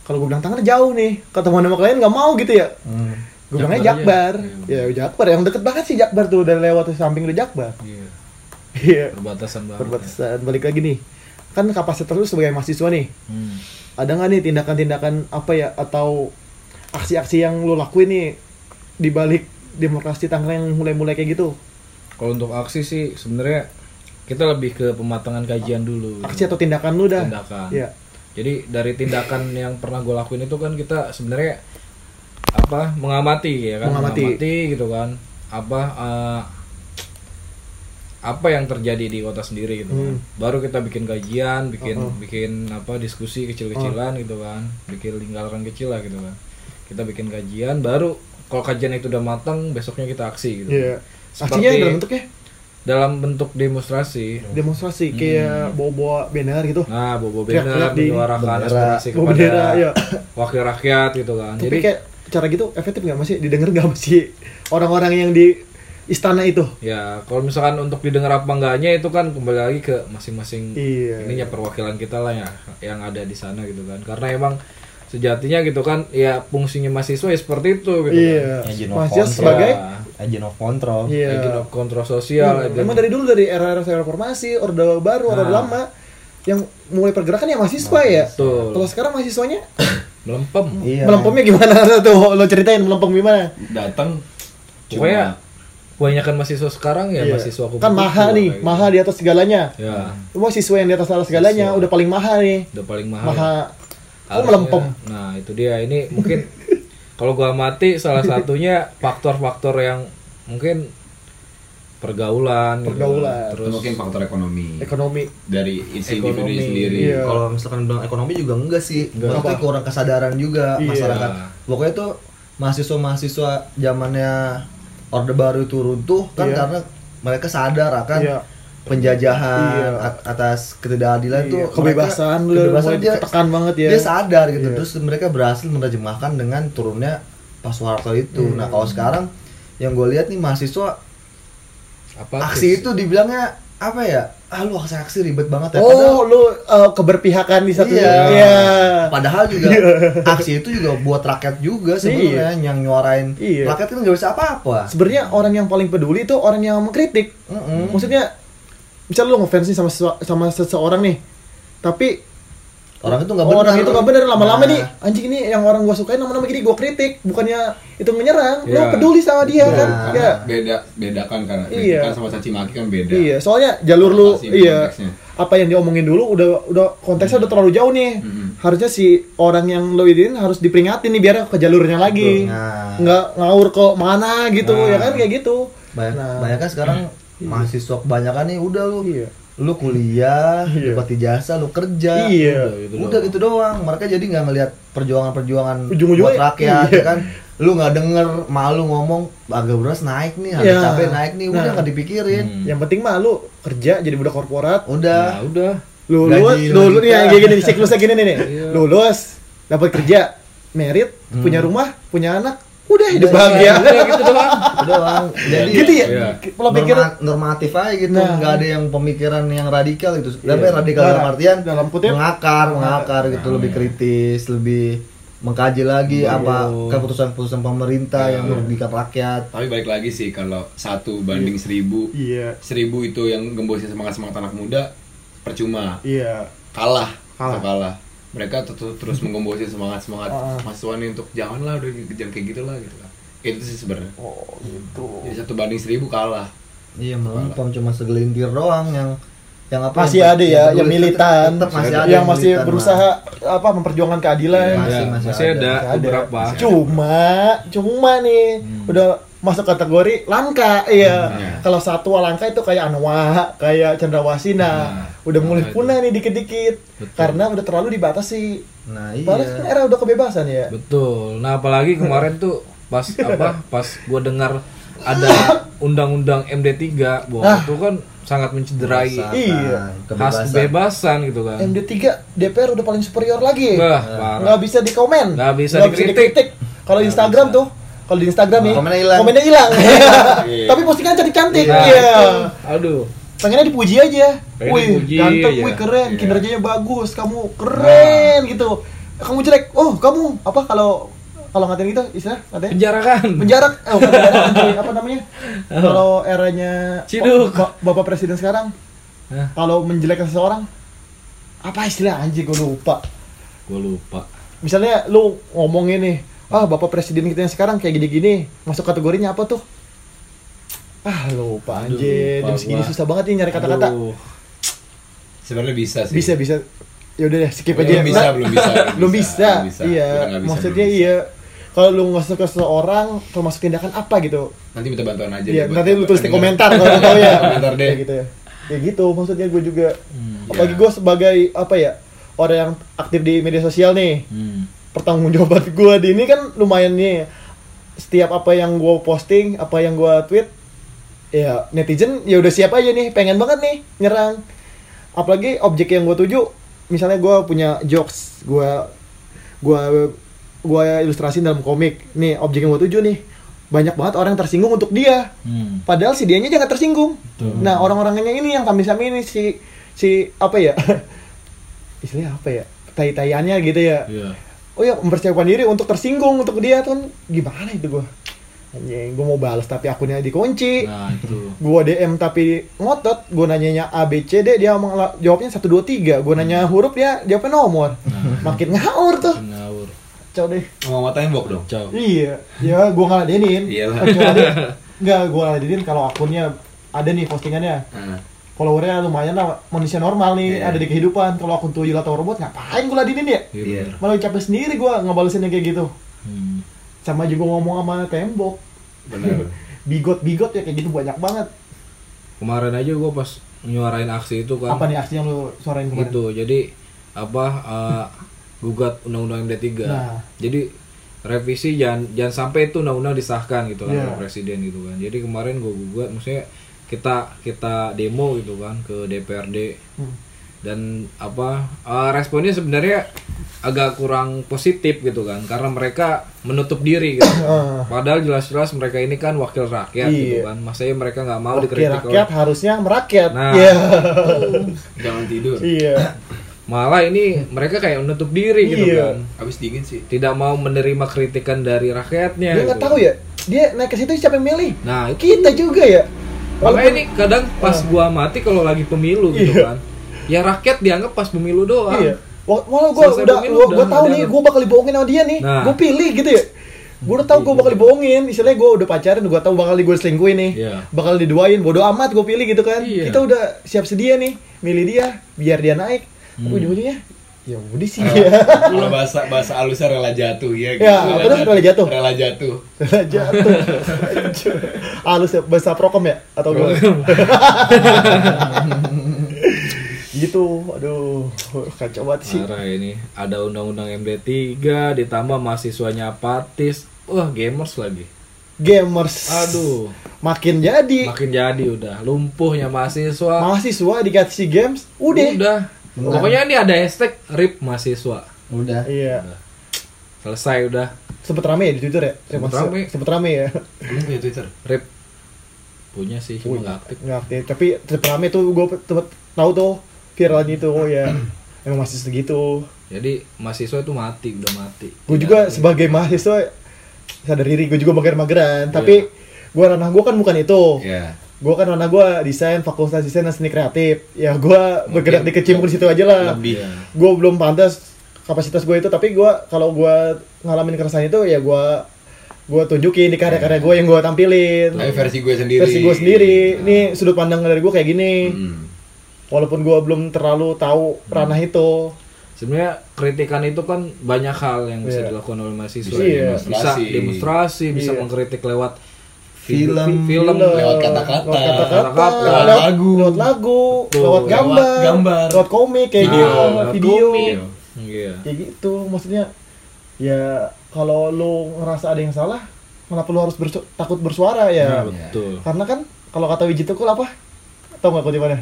Kalau gue bilang Tangerang jauh nih, ketemu sama klien nggak mau gitu ya. Gue bilangnya Jakbar Jakbar. aja. Ya Jakbar, yang deket banget sih Jakbar tuh dari lewat samping udah Jakbar. ya? Iya. Iya. Perbatasan banget. ya. Perbatasan balik lagi nih. Kan kapasitas lu sebagai mahasiswa nih, Hmm. ada nggak nih tindakan-tindakan apa ya atau aksi-aksi yang lu lakuin nih di balik demokrasi Tangerang yang mulai-mulai kayak gitu? Kalau untuk aksi sih sebenarnya kita lebih ke pematangan kajian dulu. Aksi atau tindakan lu dah? Hmm. tindakan. Iya. Jadi dari tindakan yang pernah gue lakuin itu kan kita sebenarnya apa mengamati ya kan Mengamati. gitu kan apa eh, apa yang terjadi di kota sendiri gitu Hmm. kan. Baru kita bikin kajian, bikin Uh-huh. bikin apa diskusi kecil-kecilan gitu kan, bikin lingkaran kecil lah gitu kan. Kita bikin kajian baru kalau kajian itu udah matang besoknya kita aksi gitu. Iya. Seperti- Aksinya dalam bentuknya dalam bentuk demonstrasi. demonstrasi kayak bawa-bawa banner gitu Nah, bobo Teriak-teriak bendera di- menyuarakan bendera. aspirasi Bobo kepada bendera, iya. wakil rakyat gitu kan. tapi Jadi kayak cara gitu efektif nggak masih didengar nggak masih orang-orang yang di istana itu ya kalau misalkan untuk didengar apa enggaknya itu kan kembali lagi ke masing-masing Iya. ininya perwakilan kita lah ya yang ada di sana gitu kan. Karena emang sejatinya gitu kan ya fungsinya mahasiswa ya seperti itu gitu kan. iya Agent of mahasiswa control. sebagai Agent of control. Iya. Agent of control sosial. Nah, agent- Memang dari dulu dari era era reformasi, orde baru, orde Nah. lama yang mulai pergerakan ya mahasiswa ya. Betul. Kalau sekarang mahasiswanya melempem. Iya. melempemnya gimana tuh? Lo ceritain melempem gimana? datang Pokoknya kebanyakan mahasiswa sekarang ya Iya. mahasiswa kupu-kupu kan maha lah, nih, kayak maha di atas segalanya. gitu. Ya, Lu mau siswa yang di atas atas segalanya Siswa. udah paling maha nih. udah paling ya. mahal. Maha. Oh Nah, Harusnya- melempem. Nah, itu dia. Ini mungkin kalau gua mati salah satunya faktor-faktor yang mungkin pergaulan, gitu. Pergaulan. terus mungkin faktor ekonomi Ekonomi. dari isi individu Ekonomi, sendiri Iya. Kalau misalkan bilang ekonomi juga enggak sih. Enggak. Maksudnya kurang kesadaran juga Iya. masyarakat. Pokoknya tuh mahasiswa-mahasiswa zamannya Orde Baru itu runtuh kan Iya. karena mereka sadar akan Iya. penjajahan Iya. at- atas ketidakadilan Iya, tuh kebebasan mereka- udah kebebasan mulai dia ditekan banget ya. dia sadar gitu Iya. terus mereka berhasil menerjemahkan dengan turunnya Pak Soeharto Iya. itu nah kalau sekarang yang gue lihat nih mahasiswa apa? Ah, aksi itu dibilangnya apa ya ah lu aksi aksi ribet banget ya Padahal- Oh, lu uh, keberpihakan di satu Iya. Iya. Padahal juga aksi itu juga buat rakyat juga sebenarnya yang nyuarain. Iya. Rakyat kan nggak bisa apa-apa. Sebenarnya orang yang paling peduli itu orang yang mengkritik. Mm-mm. Maksudnya misal lu ngefans nih sama sesua- sama seseorang nih. Tapi Orang itu nggak benar. orang itu nggak bener lama-lama Nah, nih anjing ini yang orang gua sukain lama-lama gini gua kritik bukannya itu menyerang lu Iya. peduli sama dia Iya. kan ya beda bedakan karena Iya. kritikan sama caci maki kan beda iya soalnya jalur lu Pasti iya konteksnya. apa yang diomongin dulu udah udah konteksnya udah terlalu jauh nih Mm-mm. harusnya si orang yang lu iniin harus diperingatin nih biar ke jalurnya lagi Nah. nggak ngawur ke mana gitu Nah. ya kan kayak gitu Banyak, Nah. banyak kan sekarang mahasiswa kebanyakan nih udah lu Iya. lu kuliah, Iya. dapat ijazah, lu kerja. Iya. Udah gitu doang. Udah gitu doang. Mereka jadi nggak ngelihat perjuangan-perjuangan Ujung-ujungnya- buat rakyat iya. ya kan. Lu nggak denger malu ngomong agak beras naik nih, harga Iya. cabai naik nih, udah Nah. nggak dipikirin. Hmm. yang penting mah lu kerja jadi budak korporat Hmm. Ya Udah. Nah, udah. lulus Gaji lima lulus nih juta. yang kayak gini siklusnya gini Iya. nih, nih. lulus dapat kerja merit punya rumah punya anak udah hidup bahagia Hmm. Udah gitu doang. udah bang jadi gitu ya Iya. pola norma- pikir normatif aja gitu Nah. nggak ada yang pemikiran yang radikal gitu tapi radikal Nah, dalam artian dalam kutip, Nah. mengakar mengakar gitu lebih kritis lebih mengkaji lagi Iya. apa keputusan-keputusan pemerintah yang merugikan rakyat tapi balik lagi sih kalau satu banding seribu iya seribu itu yang gembosin semangat semangat anak muda percuma iya kalah Kalah. Tetap kalah mereka tetap terus menggembosin semangat semangat Ah. mahasiswa nih untuk janganlah udah dikejar kayak gitu lah gitu lah itu sih sebenarnya oh gitu jadi satu banding seribu kalah iya melempem cuma segelintir doang yang yang apa masih yang- ada ya yang peduli, militan tetap masih ada yang masih militan, berusaha apa memperjuangkan keadilan Iya. Masih- Ya, masih masih ada. ada Masih ada. beberapa. Hmm. cuma cuma nih udah masuk kategori langka iya kalau satwa langka itu kayak anwa kayak Nah, cendrawasina udah mulai punah nih dikit-dikit karena udah terlalu dibatasi Mas. nah Padahal kan iya era udah kebebasan ya. Betul. Nah, apalagi kemarin tuh pas apa? Pas gua dengar ada undang-undang MD3 bahwa Nah. itu kan sangat mencederai Kebebasan, Iya. khas kebebasan. kebebasan gitu kan. MD3 DPR udah paling superior lagi. Ah. Wah, parah. Nggak bisa dikomen. Nggak bisa dikritik. Kalau di Instagram tuh, kalau di Instagram nih, Komennya hilang. Iya. komennya hilang. Tapi postingan cantik-cantik. Iya. Nah, itu- Aduh. Pengennya dipuji aja. Pengen wih, dipuji, ganteng, iya. Nah. wih keren, Iya. kinerjanya bagus, kamu keren gitu. Kamu jelek. Oh, kamu apa kalau kalau ngatain gitu istilah ngatain Penjarakan. penjara eh, bukan penjara, anjing. apa namanya kalau eranya Oh. Ciduk. ba- bapak presiden sekarang Hah? kalau menjelekkan seseorang apa istilah anjing gue lupa Gua lupa. misalnya lu ngomongin nih ah bapak presiden kita yang sekarang kayak gini-gini masuk kategorinya apa tuh ah lupa anjing lupa jam segini gua. susah banget nih nyari kata-kata Aduh. sebenarnya bisa sih bisa bisa ya udah deh skip aja belum bisa, Nah, belum bisa, belum bisa, iya Kita nggak bisa, maksudnya belum bisa. iya kalau lu ngasih ke seseorang termasuk tindakan apa gitu Nanti minta bantuan aja. Iya, deh buat- nanti lu tulis di pendengar. komentar kalau tahu ya. Komentar deh. Kayak gitu ya. Ya gitu, maksudnya gue juga apalagi iya. gue sebagai apa ya? Orang yang aktif di media sosial nih. Hmm. Pertanggung jawaban gue di ini kan lumayan nih. Setiap apa yang gue posting, apa yang gue tweet ya netizen ya udah siap aja nih pengen banget nih nyerang apalagi objek yang gue tuju misalnya gue punya jokes gue gue gue ilustrasi dalam komik nih objek yang gue tuju nih banyak banget orang yang tersinggung untuk dia Hmm. padahal si dianya jangan tersinggung Betul. nah orang-orangnya ini yang kami sami ini si si apa ya istilahnya apa ya tai-taiannya gitu ya Iya. oh ya mempersiapkan diri untuk tersinggung untuk dia tuh kan gimana itu gue anjing gue mau balas tapi akunnya dikunci Nah, itu. gue DM tapi ngotot gue nanyanya A B C D dia ngomong la- jawabnya satu dua tiga gue nanya Hmm. huruf dia jawabnya nomor Nah. makin ngaur tuh Ngawur. cow deh Mau matain tembok dong. Ciao. iya ya gue ngaladenin Iyalah. kecuali nggak gue ngaladenin kalau akunnya ada nih postingannya Nah, followernya lumayan lah manusia normal nih Iya. ada di kehidupan kalau akun tuyul atau robot ngapain gue ladenin ya Iya. Iya. bener. malah capek sendiri gue ngebalesin yang kayak gitu Hmm. sama juga ngomong sama tembok benar. bigot-bigot ya kayak gitu banyak banget Kemarin aja gua pas nyuarain aksi itu kan. apa nih aksi yang lu suarain kemarin gitu jadi apa eh, gugat undang-undang MD 3 Nah. jadi revisi jangan jangan sampai itu undang-undang disahkan gitu kan Iya. oleh presiden gitu kan jadi kemarin gue gugat maksudnya kita kita demo gitu kan ke DPRD Hmm. dan apa eh, responnya sebenarnya agak kurang positif gitu kan karena mereka menutup diri gitu padahal jelas-jelas mereka ini kan wakil rakyat gitu Ah. Iya. kan masanya mereka nggak mau Wakil dikritik rakyat oleh harusnya merakyat Nah. Iya. Jangan tidur. iya malah ini mereka kayak menutup diri gitu Iya. kan Habis dingin sih. tidak mau menerima kritikan dari rakyatnya. dia gitu. nggak tahu ya dia naik ke situ siapa yang milih Nah, itu kita juga ya makanya ini kadang pas Ah. gua mati kalau lagi pemilu gitu kan. Ya rakyat dianggap pas pemilu doang. iya Wa- walau gue Selesai udah pemilu gua, udah, gua tahu udah nih ada. gue bakal dibohongin sama dia nih Nah. gue pilih gitu ya gue udah tahu gue bakal dibohongin istilahnya gue udah pacaran gue tahu bakal gue selingkuhin nih Iya. bakal diduain bodoh amat gue pilih gitu kan Iya. kita udah siap sedia nih milih dia biar dia naik Hmm. tapi ujung-ujungnya ya udah sih Iya. Kalau bahasa bahasa alusnya rela jatuh ya. Ya, apa tuh? Rela jatuh? Iya. Rela jatuh. jatuh halus ya bahasa prokom ya atau gimana gitu aduh kacau banget sih Parah ini ada undang-undang MD3 ditambah mahasiswanya apatis. Wah, gamers lagi. gamers Aduh, makin jadi makin jadi udah lumpuhnya mahasiswa. mahasiswa dikasih games udah Pokoknya ini ada hashtag rip mahasiswa. Udah. iya Selesai udah. sempet rame ya di twitter ya Sempet Maksudnya, rame. sempet rame ya Kamu punya Twitter? Rip punya sih cuma nggak aktif. nggak aktif tapi sempet rame tuh gue sempet tahu tuh viralnya itu oh ya emang masih segitu Jadi mahasiswa itu mati, udah mati. gue Tidak juga aktif. sebagai mahasiswa sadar diri gue juga mager-mageran Iya. tapi gue ranah gue kan bukan itu Iya. gue kan ranah gue desain fakultas desain dan seni kreatif ya gue bergerak di kecimpung di situ aja lah Lebih. gue belum pantas kapasitas gue itu tapi gue kalau gue ngalamin keresahan itu ya gue gue tunjukin di karya-karya gue yang gue tampilin Tapi versi gue sendiri. Iya. versi gue sendiri ini sudut pandang dari gue kayak gini Hmm. walaupun gue belum terlalu tahu ranah itu sebenarnya kritikan itu kan banyak hal yang bisa Iya. dilakukan oleh mahasiswa Bisa Iya. demonstrasi. bisa demonstrasi. demonstrasi bisa Iya. mengkritik lewat Film. vi- film, Lewat kata-kata. lewat kata-kata, Lewat lewat lagu. lewat lagu, Betul. lewat Lewat gambar, gambar. lewat komik kayak Nah, gitu, lewat lewat video, komik. Iya. kayak gitu. Maksudnya ya kalau lu ngerasa ada yang salah, kenapa lu harus bersu- takut bersuara ya? Iya, betul Karena kan kalau kata Wiji Tukul apa? Tau nggak kutipannya?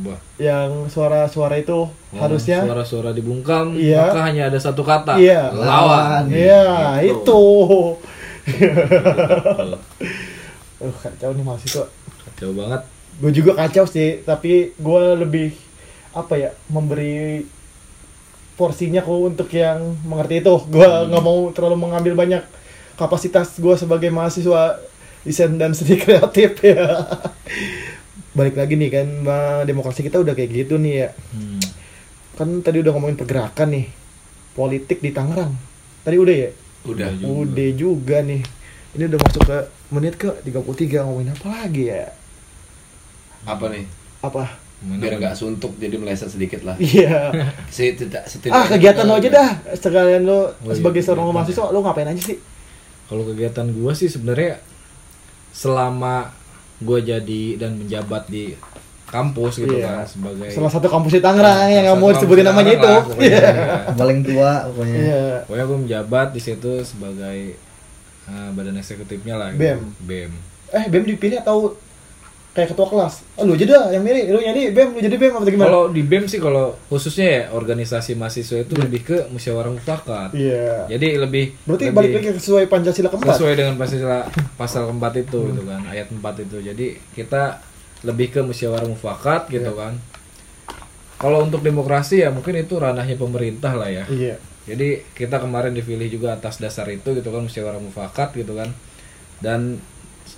apa Yang suara-suara itu Oh, Iya. harusnya suara-suara dibungkam Iya. maka hanya ada satu kata Iya. lawan Iya, itu. Gitu. Uh, kacau nih mahasiswa. kacau banget gue juga kacau sih tapi gue lebih apa ya memberi porsinya kok untuk yang mengerti itu gue nggak mau terlalu mengambil banyak kapasitas gue sebagai mahasiswa desain dan seni kreatif ya balik lagi nih kan ma- demokrasi kita udah kayak gitu nih ya Hmm. kan tadi udah ngomongin pergerakan nih politik di Tangerang tadi udah ya Udah. udah juga nih ini udah masuk ke menit ke 33 ngomongin apa lagi ya Apa nih? apa Gimana, Biar Bang? nggak suntuk jadi meleset sedikit lah. iya Setidak, setidak, ah kegiatan lo aja dah sekalian lo Oh, iya, sebagai seorang kegiatan mahasiswa lo ngapain aja sih kalau kegiatan gua sih sebenarnya selama gua jadi dan menjabat di kampus gitu Iya. kan sebagai salah satu kampus di Tangerang yang nggak Salah mau Iya, satu disebutin kampus namanya di itu Tangerang lah, pokoknya. Iya. Paling tua pokoknya. iya Pokoknya gue menjabat di situ sebagai eh, badan eksekutifnya lah. gitu. BEM. BEM. eh bem dipilih atau kayak ketua kelas. Oh, lu aja dah yang milih, lu jadi BEM, lu jadi BEM apa gimana? Kalau di BEM sih kalau khususnya ya organisasi mahasiswa itu lebih ke musyawarah mufakat. Iya. Jadi lebih Berarti Ya, lebih balik lagi sesuai Pancasila keempat. Hmm. sesuai dengan pasal pasal keempat itu gitu kan, ayat 4 itu. Jadi kita lebih ke musyawarah mufakat gitu Iya. kan. Kalau untuk demokrasi ya mungkin itu ranahnya pemerintah lah ya. Iya. Jadi kita kemarin dipilih juga atas dasar itu gitu kan musyawarah mufakat gitu kan. Dan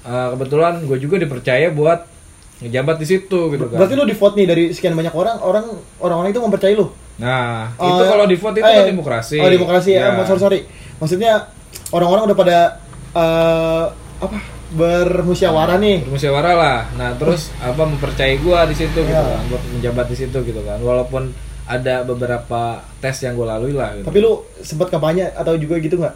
eh, kebetulan gue juga dipercaya buat ngejabat di situ gitu kan. Berarti lu di vote nih dari sekian banyak orang, orang orang-orang itu mempercayai lu. Nah, Oh, itu ya. kalau di vote itu Eh, kan demokrasi. Oh, demokrasi. Ya. Ya. sorry, sorry. Maksudnya orang-orang udah pada eh, apa? bermusyawarah nih. Bermusyawarah lah. Nah, terus apa mempercayai gua di situ gitu Ya. kan, buat menjabat di situ gitu kan. Walaupun ada beberapa tes yang gua lalui lah gitu. Tapi lu sempat kampanye atau juga gitu nggak?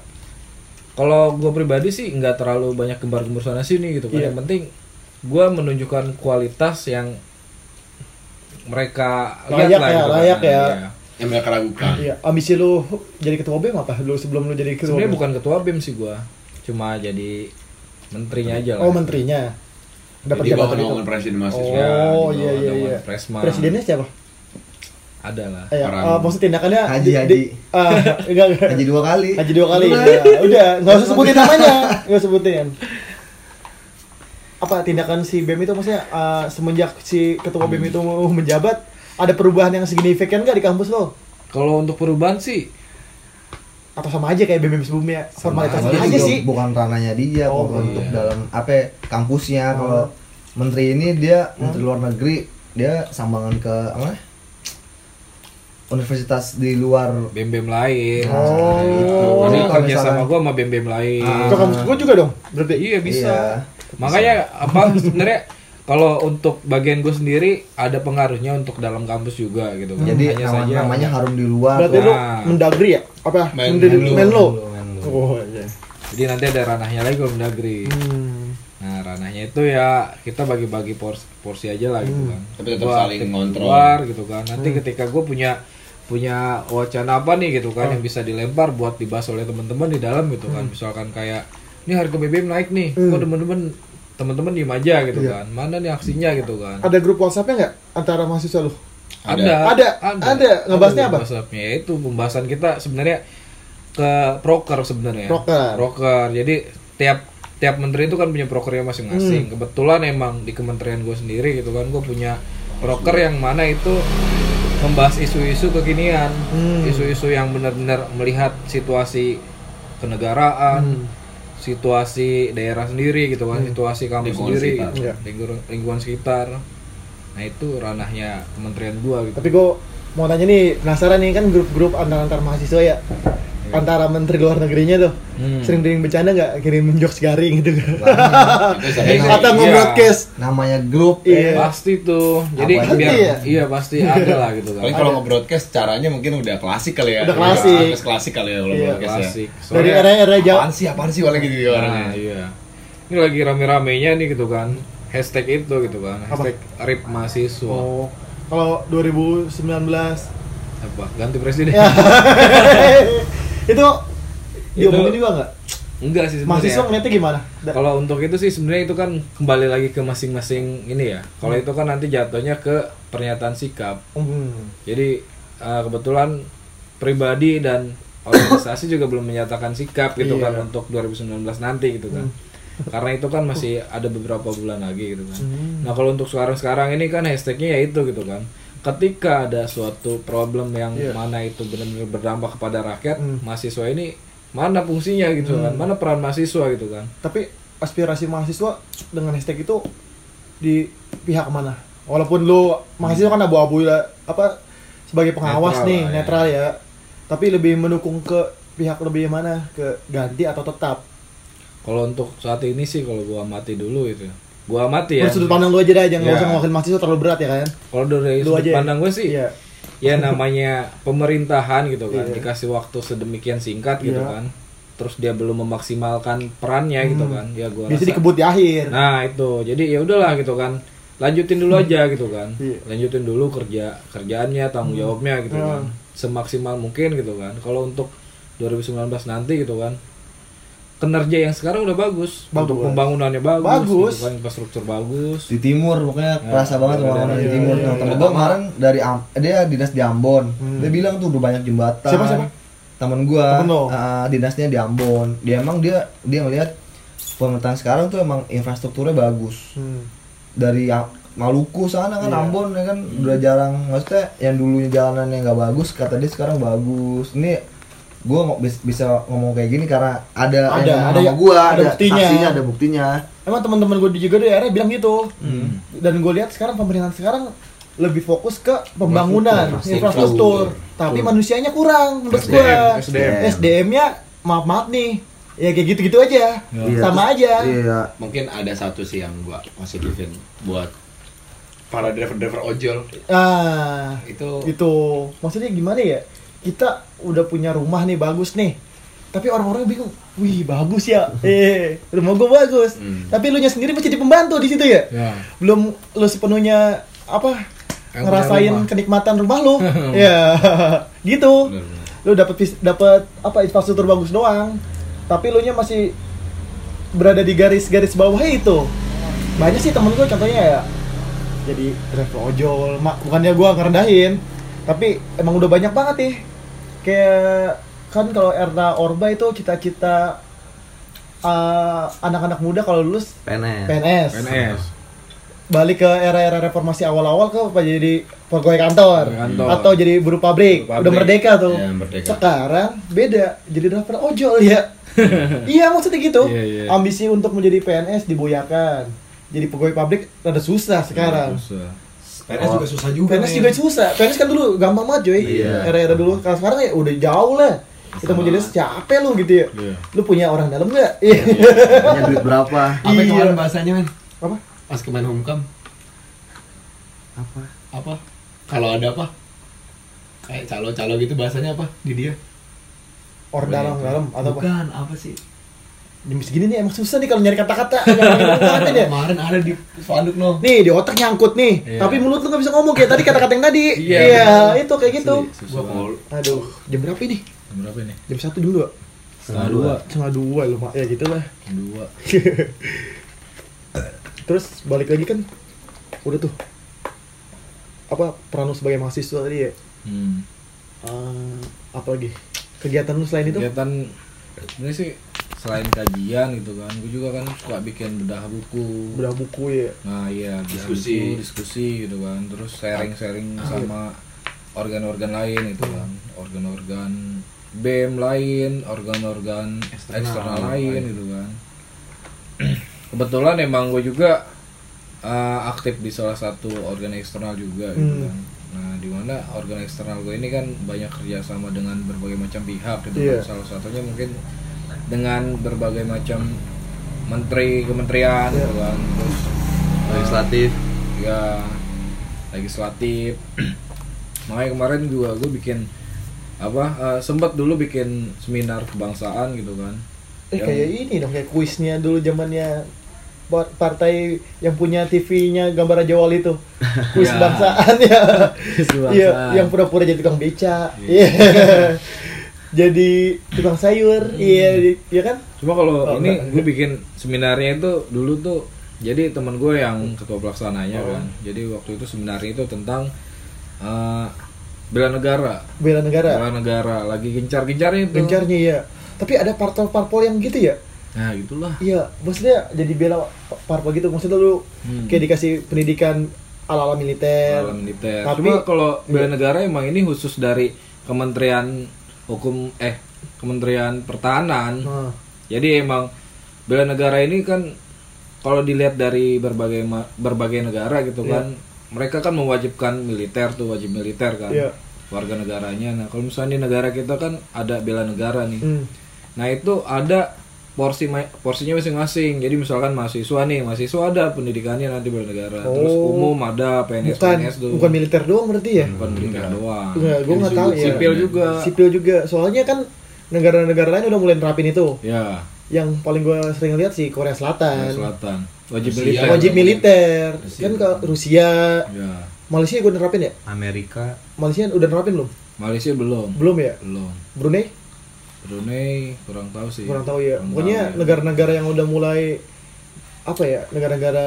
Kalau gua pribadi sih nggak terlalu banyak gembar-gembor sana sini gitu kan. Iya. Yang penting gua menunjukkan kualitas yang mereka Layak lihat lah ya, gitu kan. layak ya. Iya. yang mereka ragukan Iya, ambisi lu jadi ketua BEM apa? Lu sebelum lu jadi ketua. Sebenarnya BEM? bukan ketua BEM sih gua. Cuma jadi menterinya aja lah. Oh, menterinya. Dapat jadi jabatan itu. bangun-bangun presiden mahasiswa Ya, Oh, di iya iya bawah naungan iya. Presma. Presidennya siapa? ada lah. Eh, Orang. eh, maksud tindakannya Haji, di- haji. di- ah, enggak, enggak. Haji dua kali. Haji dua kali. Ya, udah, nggak usah sebutin namanya, nggak usah sebutin. Apa tindakan si BEM itu maksudnya eh, semenjak si ketua BEM itu menjabat ada perubahan yang signifikan nggak di kampus lo? Kalau untuk perubahan sih Atau sama aja kayak BEM sebelumnya formalitas Apalagi aja juga sih. Bukan ranahnya dia, Oh, iya. kalau Oh. untuk dalam apa ya, kampusnya kalau menteri ini dia menteri luar negeri dia sambangan ke apa? Universitas di luar bem-bem lain. Oh. Ah. Jadi Kalau kerja sama misalnya- gua sama bem-bem lain. Ke kampus gua juga dong. Berarti Iya bisa. Iya. Makanya apa sebenarnya kalau untuk bagian gue sendiri ada pengaruhnya untuk dalam kampus juga gitu kan. Hmm. jadi Hanya nama- saja- namanya harum di luar. Hmm, berarti lu Nah. mendagri ya? Apa? Men- Mendagri- Menlu. Menlo. Menlu. Oh iya. Jadi nanti ada ranahnya lagi kalau mendagri. Hmm. Nah ranahnya itu ya kita bagi-bagi porsi, porsi aja lah gitu kan. Tapi tetap Gua saling aktif ngontrol. keluar gitu kan. Nanti ketika gue punya punya wacana apa nih gitu kan yang bisa dilempar buat dibahas oleh teman-teman di dalam gitu kan. Misalkan kayak ini harga BBM naik nih, kok teman-teman teman-teman diem aja gitu kan. Mana nih aksinya gitu kan. Ada grup WhatsApp-nya nggak antara mahasiswa lu? Ada. Ada. Ada. Ngebahasnya apa? Ngebahasnya itu pembahasan kita sebenarnya ke proker sebenarnya. Proker. Proker. Jadi tiap tiap menteri itu kan punya prokernya masing-masing. Hmm. Kebetulan emang di kementerian gue sendiri gitu kan gue punya proker yang mana itu membahas isu-isu kekinian, Hmm. isu-isu yang benar-benar melihat situasi Hmm. kenegaraan, situasi daerah sendiri gitu kan, situasi kampus Lingkungan sendiri, sekitar. gitu. lingkungan, lingkungan sekitar. Nah itu ranahnya kementerian gua gitu. Tapi gue mau tanya nih, penasaran nih kan grup-grup antar-antar mahasiswa ya Antara menteri luar negerinya tuh Hmm. Sering sering bercanda nggak kirim jokes garing gitu Itu saya- Iya. Atau nge-broadcast namanya grup Iya. pasti tuh jadi Apaan biar sih ya? iya pasti ada lah gitu kan Paling kalau nge-broadcast caranya mungkin udah klasik kali ya. Udah klasik. Udah klasik kali ya kalau Iya. broadcast ya. klasik Dari soalnya era-era jauh Apaan sih, apaan sih wala gitu nah, orangnya. iya ini lagi rame-ramenya nih gitu kan hashtag itu gitu kan hashtag rip mahasiswa Oh, kalau 2019 apa ganti presiden Ya. Itu diomongin juga nggak? enggak sih Mahasiswa sebenarnya ngeliatnya gimana? Da- kalau untuk itu sih sebenarnya itu kan kembali lagi ke masing-masing ini ya kalau itu kan nanti jatuhnya ke pernyataan sikap Hmm. Jadi eh, kebetulan pribadi dan organisasi juga belum menyatakan sikap gitu Iya. Hmm. kan untuk 2019 nanti gitu kan. Karena itu kan masih ada beberapa bulan lagi gitu kan. Nah kalau untuk sekarang-sekarang ini kan hashtagnya ya itu gitu kan. Ketika ada suatu problem yang Iya. mana itu benar-benar berdampak kepada rakyat, Hmm. mahasiswa ini mana fungsinya gitu kan, mana peran mahasiswa gitu kan. Tapi aspirasi mahasiswa dengan hashtag itu di pihak mana? Walaupun lu mahasiswa kan abu-abu ya, apa sebagai pengawas Netral nih, lah ya. netral ya. Tapi lebih mendukung ke pihak lebih mana? Ke ganti atau tetap? Kalau untuk saat ini sih kalau gua amati dulu itu, gua amati ya. Menurut sudut pandang lu aja deh, jangan Iya. usah ngomongin mahasiswa terlalu berat ya kan? Kalau dari Lu sudut aja ya? pandang gue sih, Iya. ya namanya pemerintahan gitu kan Iya. dikasih waktu sedemikian singkat gitu Iya. kan terus dia belum memaksimalkan perannya gitu Hmm. kan ya gua Biasanya rasa dikebut di akhir. nah itu jadi ya udahlah gitu kan lanjutin dulu aja gitu kan Iya. Hmm. lanjutin dulu kerja kerjaannya tanggung jawabnya gitu kan semaksimal mungkin gitu kan kalau untuk 2019 nanti gitu kan kinerja yang sekarang udah bagus. Untuk Bagus. pembangunannya bagus, Bagus. Iya. gitu kan, infrastruktur bagus. di timur pokoknya Ya, kerasa banget orang-orang di timur teman teman gue kemarin dari Am- eh, dia dinas di Ambon dia bilang tuh udah banyak jembatan Hmm. Siapa, siapa? temen gue Temen lo? dinasnya di Ambon dia emang dia dia ngelihat pemerintahan sekarang tuh emang infrastrukturnya bagus Hmm. dari Am- Maluku sana kan Iya. Ambon ya kan Hmm. udah jarang maksudnya yang dulunya jalanannya nggak bagus kata dia sekarang bagus ini gue bisa ngomong kayak gini karena ada Ada, ada ngomong ya- gua, ada buktinya. saksinya ada buktinya Emang teman-teman gue juga di daerah bilang gitu. Hmm. Dan gue lihat sekarang pemerintahan sekarang lebih fokus ke pembangunan Infrastruktur. infrastruktur, tapi manusianya kurang menurut gue. SDM. SDM-nya maaf maaf nih, ya kayak gitu-gitu aja, sama aja. iya Mungkin ada satu sih yang gua positifin buat para driver-driver ojol Ah, itu itu maksudnya gimana ya? Kita udah punya rumah nih bagus nih, tapi orang-orang bingung. Wih bagus ya, eh rumah gue bagus. Hmm. Tapi lu nya sendiri masih jadi pembantu di situ ya? Ya. belum lu sepenuhnya apa Yang ngerasain punya rumah. kenikmatan rumah lu ya gitu Bener-bener. lu dapat fis- dapat apa infrastruktur bagus doang tapi lu nya masih berada di garis-garis bawah itu banyak sih temen gue contohnya ya jadi driver ojol mak bukannya gue ngerendahin tapi emang udah banyak banget nih kayak kan kalau Erna Orba itu cita-cita eh, anak-anak muda kalau lulus PNS PNS. balik ke era-era reformasi awal-awal ke apa jadi pegawai kantor, Pegawai kantor. atau jadi buruh pabrik. Buruh pabrik. Ya, udah merdeka tuh Iya, merdeka. sekarang beda jadi driver ojol ya iya maksudnya gitu Iya, iya. ambisi untuk menjadi PNS diboyakan jadi pegawai pabrik rada susah sekarang Iya, Susah. PNS juga susah juga. PNS men. juga susah PNS kan dulu gampang banget coy Iya. era-era dulu kalau sekarang ya udah jauh lah kita mau jadi capek lu gitu ya Iya. lu punya orang dalam nggak iya punya duit berapa Apa Iya. kemarin bahasanya men? apa pas kemarin homecam apa apa kalau ada apa kayak calo-calo gitu bahasanya apa di dia orang dalam dalam atau apa Bukan, apa sih? jam segini nih emang susah nih kalau nyari kata-kata Nyari kata-kata deh. kemarin ada di spanduk no Nih di otak nyangkut nih, Iya. tapi mulut lu gak bisa ngomong kayak tadi kata-kata yang tadi. Iya, itu kayak gitu. gua mau Aduh, jam berapa ini? Jam Berapa ini? Jam satu jam dua, Setengah dua. setengah dua lu mak ya gitu lah. Dua. Terus balik lagi kan, udah tuh apa peran lu sebagai mahasiswa tadi ya? Hmm. Eh, apa lagi? Kegiatan lu selain itu? kegiatan ini sih selain kajian gitu kan gue juga kan suka bikin bedah buku Udah buku ya. nah iya bedah Diskusi. buku, diskusi gitu kan terus sharing sharing sama organ-organ lain itu kan organ-organ bem lain organ-organ eksternal, lain gitu kan kebetulan emang gue juga eh, aktif di salah satu organ eksternal juga Hmm. gitu kan nah di mana organ eksternal gue ini kan banyak kerjasama dengan berbagai macam pihak gitu Iya. kan salah satunya mungkin dengan berbagai macam menteri kementerian gitu kan terus legislatif ya legislatif makanya kemarin juga gue bikin apa eh, sempet dulu bikin seminar kebangsaan gitu kan Eh Yang- kayak ini dong kayak kuisnya dulu zamannya buat partai yang punya TV-nya gambar Raja Wali itu. Kuis Ya. bangsaan ya. kebangsaan. Iya, yang pura-pura jadi tukang beca. Iya. jadi tukang Hmm. sayur. Iya, di- iya kan? Cuma kalau Oh, ini enggak. gue bikin seminarnya itu dulu tuh jadi teman gue Hmm. yang ketua pelaksananya kan. Oh. Jadi waktu itu seminarnya itu tentang eh, bela negara. Bela negara. Bela negara lagi gencar-gencarnya itu. Gencarnya ya. Tapi ada parpol-parpol yang gitu ya? Nah, gitulah. Iya, maksudnya jadi bela parpol gitu. Maksudnya lu Hmm. kayak dikasih pendidikan ala-ala militer. Bela militer. Tapi- Cuma kalau iya. bela negara emang ini khusus dari Kementerian Hukum eh Kementerian Pertahanan. Nah, Jadi emang bela negara ini kan kalau dilihat dari berbagai ma- berbagai negara gitu kan, mereka kan mewajibkan militer tuh wajib militer kan Iya. warga negaranya. Nah kalau misalnya di negara kita kan ada bela negara nih. hmm. Nah itu ada porsi ma- porsinya masing-masing. Jadi misalkan mahasiswa nih, mahasiswa ada pendidikannya nanti bela negara. Terus Oh. umum ada PNS Bukan PNS tuh. bukan militer doang berarti ya? Bukan militer doang. Enggak, gue nggak tahu ya. Sipil juga. Sipil juga. Soalnya kan negara-negara lain udah mulai nerapin itu. Ya, Yang paling gue sering lihat sih Korea Korea Selatan. Selatan. Iya, Wajib Rusia. militer. Wajib militer. Kan ke Rusia, Ya. Malaysia gue nerapin ya? Amerika Malaysia udah nerapin belum? Malaysia belum. Belum ya? Belum. Brunei? Brunei kurang tahu sih. kurang tahu ya Kurang pokoknya Iya. tahu ya. negara-negara yang udah mulai apa ya negara-negara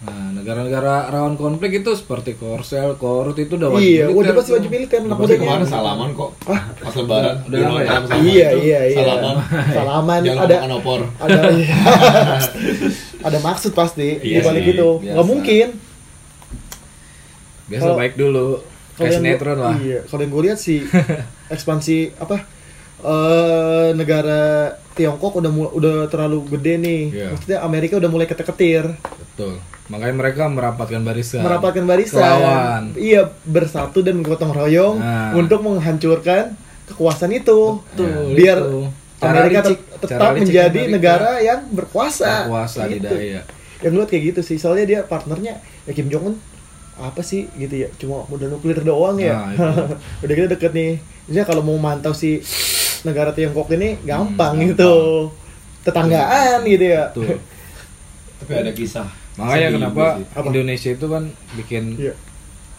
Nah, negara-negara rawan konflik itu seperti Korsel, Korut itu udah wajib iya militer udah pasti tuh. wajib militer anak Pasti mudanya kemana salaman kok pas lebaran Udah Di lama luar ya? dalam salaman iya itu, iya iya salaman salaman jangan ada makan opor ada ada maksud pasti di Iya balik sih, itu nggak biasa. mungkin Biasa Kalau- baik dulu. Kayak yang sinetron gua- lah. Iya, kalau yang gue lihat sih ekspansi apa eh negara Tiongkok udah mul- udah terlalu gede nih. Iya. Maksudnya Amerika udah mulai ketek-ketir, Betul. Makanya mereka merapatkan barisan. merapatkan barisan. Kelawan. Iya, bersatu dan gotong royong Nah. untuk menghancurkan kekuasaan itu. Nah, Betul, biar itu. Cara Amerika licik. tet- Cara tetap licik menjadi Amerika. negara yang berkuasa. Berkuasa di Gitu. daya. Yang gue lihat kayak gitu sih. Soalnya dia partnernya ya Kim Jong Un apa sih gitu ya cuma modal nuklir doang ya Nah, itu. udah kita deket nih jadi kalau mau mantau si negara Tiongkok ini gampang Hmm, gitu tetanggaan gitu ya Betul. tapi ada kisah Makanya sedih kenapa juga sih. Apa? Indonesia itu kan bikin Iya.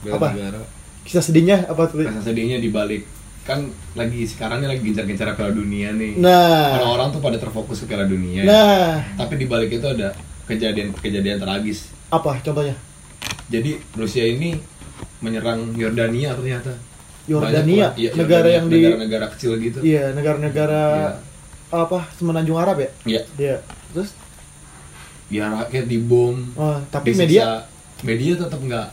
bela Apa? negara. kisah sedihnya apa tuh rasa sedihnya di balik kan lagi sekarang ini lagi gencar-gencar Piala Dunia nih nah orang-orang tuh pada terfokus ke Piala Dunia ya. nah tapi di balik itu ada kejadian-kejadian tragis apa contohnya jadi Rusia ini menyerang Yordania ternyata Yordania Banyak, iya, negara Yordania, yang di negara-negara kecil gitu iya negara-negara apa semenanjung Arab ya Iya. Iya. terus biar rakyat dibom oh, tapi disiksa. media media tetap nggak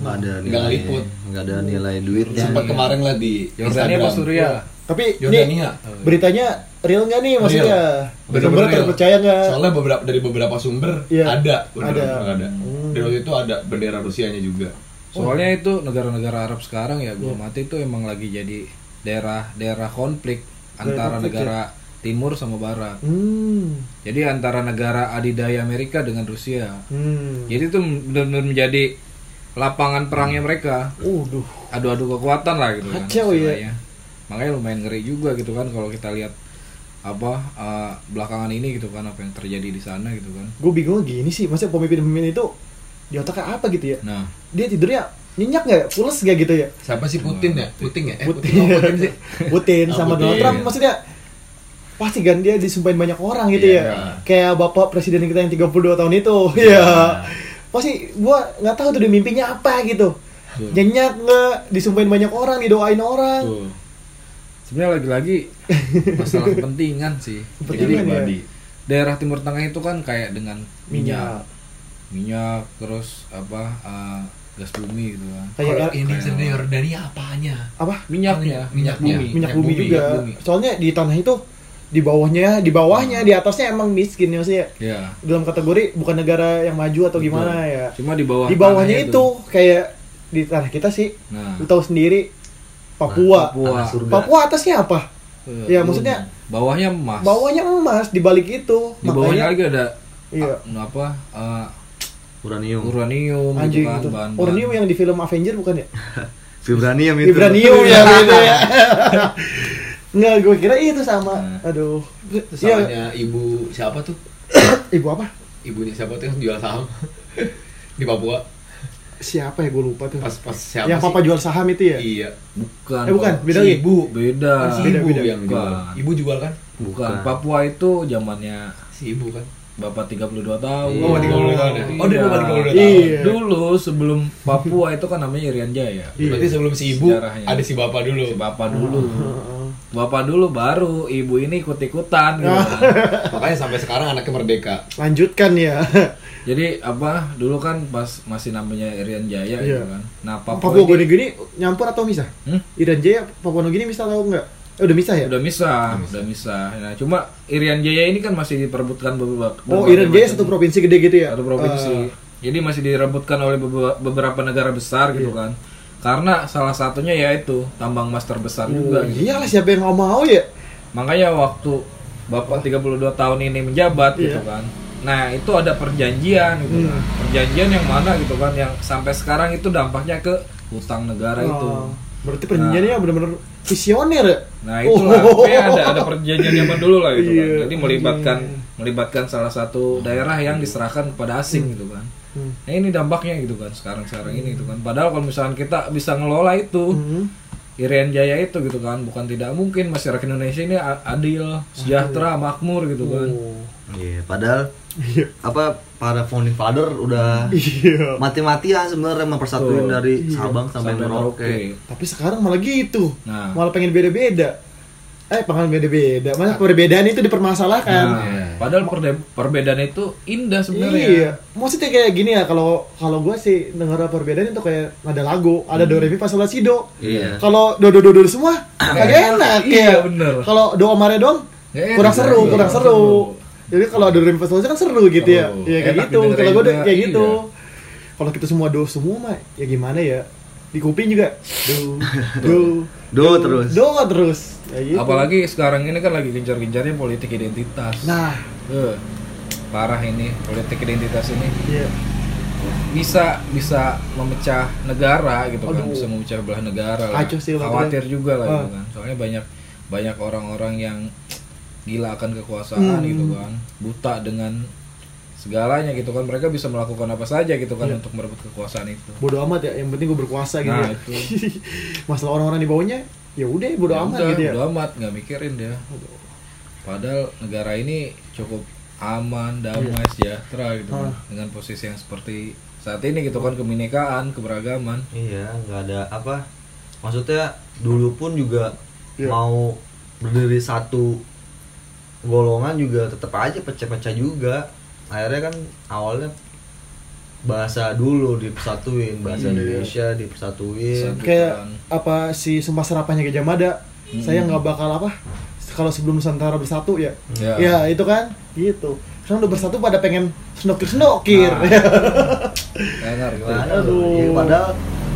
nggak ada Nggak nilai ngeliput. nggak ada nilai Iya. duitnya sempat kemarin lah di Jordania Instagram. apa Suriah? tapi ini Yordania beritanya real nggak nih maksudnya Bener-bener bener-bener real. terpercaya nggak soalnya beberapa dari beberapa sumber Iya. ada bener-bener Ada. ada Hmm. dan waktu itu ada bendera Rusianya juga Soalnya itu negara-negara Arab sekarang ya gua mati itu emang lagi jadi daerah-daerah konflik antara konflik, ya. negara timur sama barat. hmm Jadi antara negara adidaya Amerika dengan Rusia. hmm Jadi itu benar-benar menjadi lapangan perangnya mereka. Uduh, Adu-adu kekuatan lah gitu kan. Kacau ya. istilahnya. Makanya lumayan ngeri juga gitu kan kalau kita lihat apa eh, belakangan ini gitu kan apa yang terjadi di sana gitu kan. gue bingung gini sih, maksudnya pemimpin-pemimpin itu di otaknya apa gitu ya? Nah, Dia tidurnya nyenyak nggak, ya? pules nggak gitu ya? siapa sih Putin ya Putin ya eh, Putin. Iya. Putin, oh, Putin sih Putin Ah, sama Putin. Donald Trump, maksudnya pasti kan dia disumpahin banyak orang gitu Iya. ya? Kayak bapak presiden kita yang 32 tahun itu, ya. Pasti gua nggak tahu tuh dia mimpinya apa gitu. Betul. Nyenyak nggak, disumpahin banyak orang, didoain orang. tuh. Sebenarnya lagi-lagi masalah kepentingan sih. Jadi Kepentingan ya. pribadi. Daerah Timur Tengah itu kan kayak dengan minyak, Minyak. minyak terus apa eh, gas bumi gitu kan. Kayak Kalau kan- ini cerita Yordania apanya Apa? Minyaknya, Iya. Minyak bumi. minyak bumi bumi, juga. minyak bumi. Soalnya di tanah itu di bawahnya, di bawahnya, di atasnya emang miskin ya sih. Ya. Dalam kategori bukan negara yang maju atau gimana ya. Cuma di bawah Di bawahnya tanahnya itu, kayak di tanah kita sih, Nah, lu tahu sendiri Papua. Papua. Tanah surga. Papua. atasnya apa? Eh, Ya, maksudnya- bawahnya emas. Bawahnya emas di balik itu. di bawahnya lagi ada iya. ah, apa? eh, uranium uranium Anjing gitu kan, itu. bahan-bahan. Uranium yang di film Avenger bukan ya? vibranium itu Vibranium ya gitu ya. Nggak, gue kira itu sama. Nah. Aduh. Terus Iya, salahnya ibu siapa tuh ibu apa? ibunya siapa tuh yang jual saham di Papua Siapa ya gue lupa tuh. pas pas siapa Yang sih? papa jual saham itu ya? iya Bukan. Eh, bukan, Pak. beda Si lagi. Ibu, beda. kan si Beda, ibu beda. yang jual Bukan. ibu jual kan Bukan. Papua itu zamannya si ibu kan Bapak 32 tahun. Oh, 32 tahun ya? Oh, dia Iya. Bapak 32 tahun. Iya. Dulu sebelum Papua itu kan namanya Irian Jaya. Iya. berarti sebelum si ibu Sejarahnya. ada si bapak dulu Si Bapak dulu. Bapak dulu baru ibu ini ikut-ikutan gitu kan. makanya sampai sekarang anaknya merdeka Lanjutkan ya. Jadi apa dulu kan pas masih namanya Irian Jaya Iya. gitu kan. Nah, Papua, Papua Gini ini Gini nyampur atau misah? Hmm? Irian Jaya Papua Nugini misah atau enggak? Eh, udah misah ya? udah misah, udah misah. Nah, cuma Irian Jaya ini kan masih diperebutkan beberapa oh, berbagai Irian Jaya macam- satu provinsi gede gitu ya? satu provinsi. Eh, Jadi masih direbutkan oleh bebe- beberapa negara besar Iya. gitu kan. Karena salah satunya yaitu tambang emas Oh, terbesar juga gitu. iyalah siapa yang nggak mau ya? Makanya waktu Bapak 32 tahun ini menjabat gitu Iya. Hmm. kan. Nah, itu ada perjanjian gitu kan. Perjanjian yang mana gitu kan yang sampai sekarang itu dampaknya ke hutang negara Nah, itu. Oh, berarti perjanjiannya benar-benar visioner ya? Nah, itulah Pokoknya ada ada perjanjian zaman dulu lah gitu kan. Iya, Jadi melibatkan melibatkan salah satu daerah yang diserahkan kepada asing gitu kan. Hmm. Nah, ini dampaknya gitu kan sekarang-sekarang ini gitu kan. Padahal kalau misalkan kita bisa ngelola itu, Hmm. Irian Jaya itu gitu kan bukan tidak mungkin masyarakat Indonesia ini a- adil sejahtera makmur gitu kan Oh. Iya, padahal apa para founding father udah Iya. mati-matian sebenarnya mempersatuin Betul. dari Sabang sampai, Merauke. Tapi sekarang malah gitu. Nah. Malah pengen beda-beda. Eh, pengen beda-beda. Malah perbedaan itu dipermasalahkan. Ah. Nah, Iya. padahal perde- perbedaan itu indah sebenarnya Iya. Maksudnya kayak gini ya kalau kalau gue sih denger perbedaan itu kayak ada lagu, ada Hmm. do re mi fa sol la si do. Iya. Kalau do do do do semua kagak enak Iya, ya. bener. Kalau do amare dong Nggak enak, kurang seru, iya, kurang kurang seru. Jadi kalau do re mi fa sol la si kan seru gitu ya. Seru. Iya kayak Enak gitu. didengerin Kalau gue juga, kayak gitu. iya. Kalau kita semua do semua mah ya gimana ya? Di kuping juga do do Do terus. Do terus. Ya gitu. apalagi sekarang ini kan lagi gencar-gencarnya politik identitas nah, Eh, parah ini politik identitas ini iya. bisa bisa memecah negara gitu kan Aduh. bisa memecah belah negara lah. Kacau sih, Bang. khawatir juga lah gitu Ah. kan soalnya banyak banyak orang-orang yang gila akan Hmm. kekuasaan gitu kan buta dengan segalanya gitu kan mereka bisa melakukan apa saja gitu kan Iya. untuk merebut kekuasaan itu bodo amat ya yang penting gue berkuasa gitu ya. Nah, itu. masalah orang-orang di bawahnya ya udah bodo Ya amat udah, gitu ya bodo amat nggak mikirin dia padahal negara ini cukup aman Iya. damai sejahtera gitu Ah. kan dengan posisi yang seperti saat ini gitu kan kebinekaan keberagaman Iya, nggak ada apa. Maksudnya dulu pun juga Iya. mau berdiri satu golongan juga tetap aja pecah-pecah juga. Akhirnya kan awalnya bahasa dulu dipersatuin, bahasa Indonesia dipersatuin. Satu kayak kan. apa si sumpah serapannya ke Jamada Hmm. saya nggak bakal apa kalau sebelum Nusantara bersatu ya Ya. ya itu kan gitu sekarang udah bersatu pada pengen senokir senokir Nah. Nggak ngerti. Gimana Aduh. tuh? Iya, padahal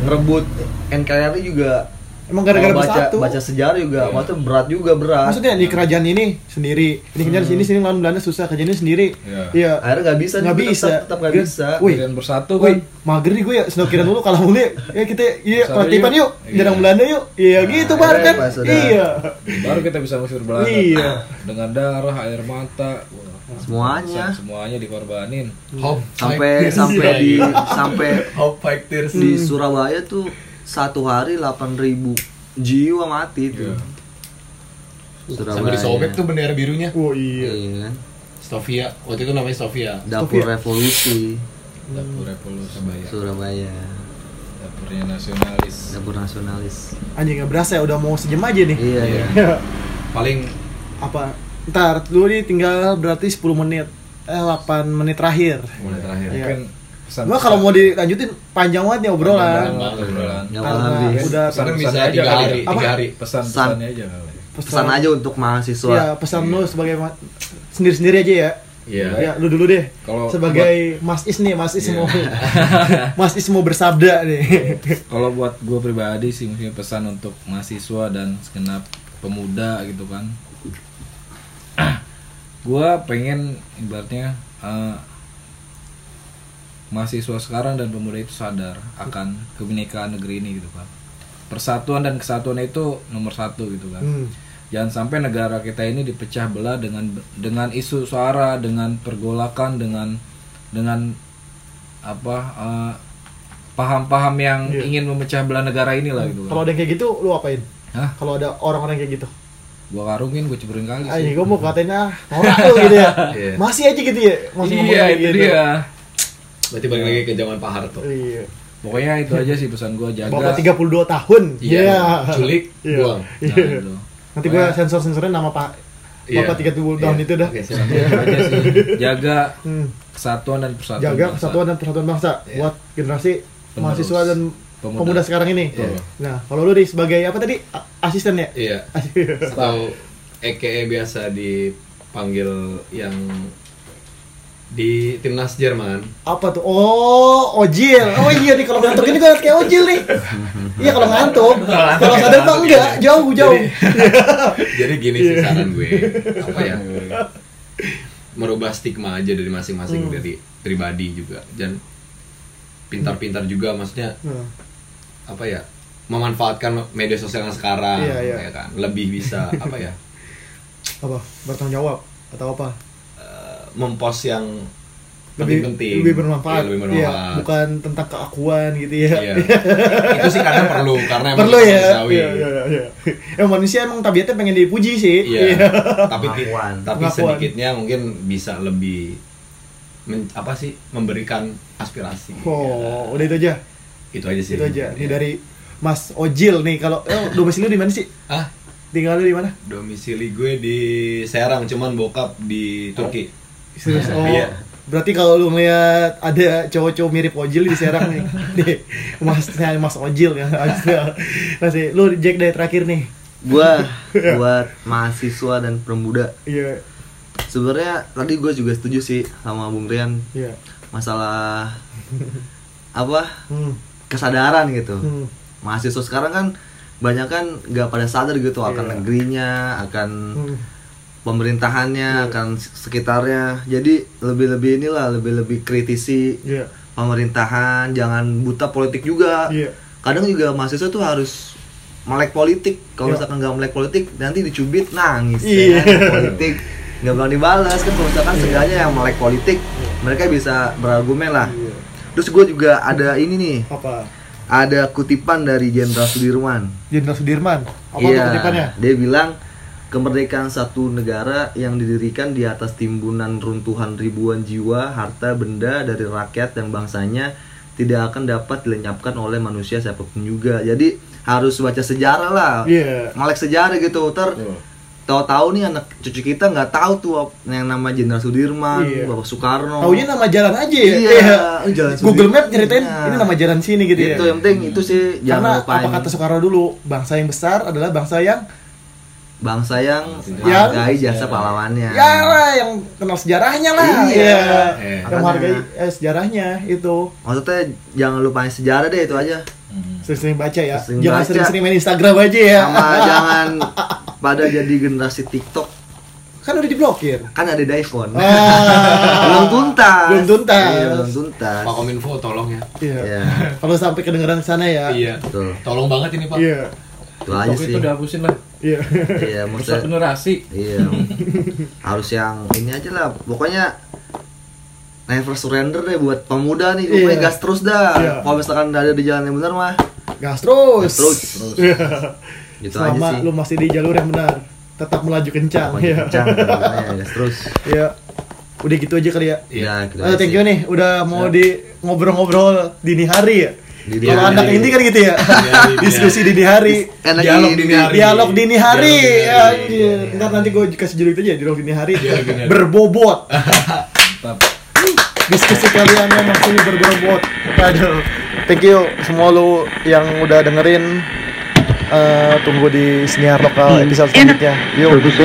ngerebut NKRI juga emang gara-gara kalau baca, bersatu baca sejarah juga, maksudnya berat juga berat. maksudnya di kerajaan ini sendiri ini Hmm. kerjaan sini sini lawan Belanda susah kerjaan ini sendiri Iya. iya akhirnya nggak bisa, nggak tetap- bisa tetap, nggak Gua- bisa. wih Kalian bersatu kan Wih, mager nih gue ya, senokiran dulu kalah mulu ya. Ya kita iya Bersatu latihan yuk. yuk, jarang Iya. Belanda yuk. Iya gitu bar Nah, akhirnya kan. pas udah- Iya. baru kita bisa ngusir Belanda Iya. dengan darah air mata Wah, Semuanya. semuanya dikorbanin Hope Iya. sampai sampai di Iya, sampai Hope Fight Tears. di Hmm. Surabaya tuh satu hari 8000 jiwa mati tuh. Sampai disobek tuh bendera birunya. Oh iya. Iya kan? Sofia, waktu itu namanya Sofia. Dapur revolusi Hmm. dapur revolusi Iya. Surabaya, dapurnya nasionalis dapur nasionalis. Anjing nggak berasa ya udah mau sejam aja nih. Iya. Iya. iya. Paling Apa? Ntar dulu nih tinggal berarti 10 menit. Eh 8 menit terakhir. mulai terakhir Iya. mungkin pesan Gua kalau mau dilanjutin panjang banget nih Panjang obrolan. banget. obrolan Nggak bakal Karena habis. udah pesan Karena bisa bisa aja tiga kali hari, ya. Apa? tiga hari. pesan Pesan. pesannya aja kali ya. Pesan aja untuk Iya, mahasiswa. pesan lu sebagai ma- sendiri-sendiri aja ya. Iya. Ya, lu dulu deh. Kalau sebagai Mas Is nih, Mas Is Iya. mau Mas Is mau bersabda nih. kalau buat gue pribadi sih mungkin pesan untuk mahasiswa dan segenap pemuda gitu kan gue pengen ibaratnya eh, mahasiswa sekarang dan pemuda itu sadar akan kebinekaan negeri ini gitu kan persatuan dan kesatuan itu nomor satu gitu kan Hmm. jangan sampai negara kita ini dipecah belah dengan dengan isu suara dengan pergolakan dengan dengan apa eh, paham-paham yang ingin memecah belah negara inilah gitu Kalau kan. ada yang kayak gitu, lu apain? Hah? Kalau ada orang-orang kayak gitu. gua karungin gua ceburin kali Ayo, sih gue mau katain ah, norak lu gitu ya. Masih aja gitu ya, masih ngomong iya kayak itu gitu. dia Berarti balik lagi ke zaman Pak Harto. Iya. pokoknya itu aja sih pesan gua jaga Bapak 32 tahun. Iya. Iya. Culik, Iya. buang. Nah, Iya. itu. Nanti gue sensor-sensorin nama Pak Iya. Bapak 32 tahun itu dah. Oke, siap. Pesan gua Iya. itu aja sih jaga Hmm. kesatuan dan persatuan Jaga bangsa. kesatuan dan persatuan bangsa buat generasi Penerus. mahasiswa dan Pemuda. pemuda, sekarang ini. Iya. Nah, kalau lu di sebagai apa tadi? A- Asisten ya? Iya. Atau EKE biasa dipanggil yang di timnas Jerman. apa tuh? Oh, ojil. Oh iya nih kalau ngantuk ini gue kayak ojil nih. Iya kalau ngantuk. Kalau sadar mah enggak, jauh jauh. Jadi gini Iya. sih saran gue, apa ya? Merubah stigma aja dari masing-masing Hmm. dari pribadi juga. Dan pintar-pintar juga maksudnya Hmm. apa ya? Memanfaatkan media sosial yang sekarang Iya, iya. ya kan. Lebih bisa apa ya? Apa? Bertanggung jawab atau apa? eh, mempost yang Penting penting. lebih bermanfaat, Iya, lebih bermanfaat. Iya, bukan tentang keakuan gitu ya. Iya. itu sih kadang perlu karena emang Perlu ya. manusiawi. Iya, iya, iya. Emang manusia emang tabiatnya pengen dipuji sih. Iya. tapi ti- Pengakuan. tapi Pengakuan. sedikitnya mungkin bisa lebih men- apa sih memberikan aspirasi. Iya. Oh, udah itu aja. Itu aja sih. Itu aja. Ini Iya. dari Mas Ojil nih kalau eh, domisili lu di mana sih? ah Tinggal lu di mana? domisili gue di Serang cuman bokap di Turki. Serius? Oh. Iya. Berarti kalau lu ngeliat ada cowok-cowok mirip Ojil di Serang nih. Di Masnya Mas Ojil ya. Masih lu Jack dari terakhir nih. gua buat mahasiswa dan permuda Iya. sebenarnya tadi gue juga setuju sih sama Bung Rian Iya. masalah apa Hmm. kesadaran gitu Hmm. mahasiswa sekarang kan banyak kan nggak pada sadar gitu akan Iya. negerinya akan Hmm. Iya. pemerintahannya akan sekitarnya jadi lebih lebih inilah lebih lebih kritisi Iya. pemerintahan jangan buta politik juga Iya. kadang juga mahasiswa tuh harus melek politik kalau Iya. misalkan nggak melek politik nanti dicubit nangis Iya. ya kan? politik nggak bakal dibalas kan kalau misalkan seenggaknya yang melek politik mereka bisa berargumen lah Iya. terus gue juga ada ini nih Apa? ada kutipan dari Jenderal Sudirman Jenderal Sudirman. Apa tuh Iya, kutipannya? dia bilang kemerdekaan satu negara yang didirikan di atas timbunan runtuhan ribuan jiwa, harta benda dari rakyat dan bangsanya tidak akan dapat dilenyapkan oleh manusia siapapun juga. Jadi harus baca sejarah lah, Iya. melek sejarah gitu. Ter tahu-tahu nih anak cucu kita nggak tahu tuh ap- yang nama Jenderal Sudirman, Iya. Bapak Soekarno. Taunya nama jalan aja ya. Oh. Iya, jalan Google sendiri. Map nyeritain Iya. ini nama jalan sini gitu ya. Gitu, yang penting itu sih Karena jangan lupain apa kata Soekarno dulu, bangsa yang besar adalah bangsa yang bangsa yang Yang- menghargai jasa pahlawannya. ya lah, yang kenal sejarahnya lah. Iya. Iya. Yang menghargai eh, sejarahnya itu. Maksudnya jangan lupain sejarah deh itu aja. Sering-sering baca ya. Sering Jangan baca. sering-sering main Instagram aja ya. Sama jangan pada jadi generasi TikTok Kan udah diblokir. kan ada di iPhone. Ah. belum tuntas. Belum tuntas. Iya, belum tuntas. Pak Kominfo tolong ya. Iya. Iya. Kalau sampai kedengeran ke sana ya. Iya. Betul. Tolong banget ini Pak. Iya. Itu aja sih. itu udah hapusin lah. Iya. Iya, Merusak maksudnya generasi. iya. Harus yang ini aja lah. Pokoknya never surrender deh buat pemuda nih. Pokoknya Iya. gas terus dah. Iya. Kalau misalkan ada di jalan yang benar mah Gas terus. terus. Iya. Gitu aja Selama sih. lu masih di jalur yang benar, tetap melaju kencang. Pokoknya Iya. kencang, pokoknya gas terus. Iya. Udah gitu aja kali ya. Iya, gitu Oh, aja thank sih. you nih udah mau di ngobrol-ngobrol dini hari ya. Dini Kalau hari. Iya, anak ini kan gitu ya. Diskusi dini hari. Enak Dialog ini. dini hari. Dialog dini hari. Dialog dini hari. Anjir. Ntar nanti gue kasih judul itu aja dialog dini hari. Dialog dini hari. Berbobot. Diskusi kalian yang masih berbobot. Aduh. Thank you semua lu yang udah dengerin. Eh, tunggu di siniar lokal episode selanjutnya. Yuk.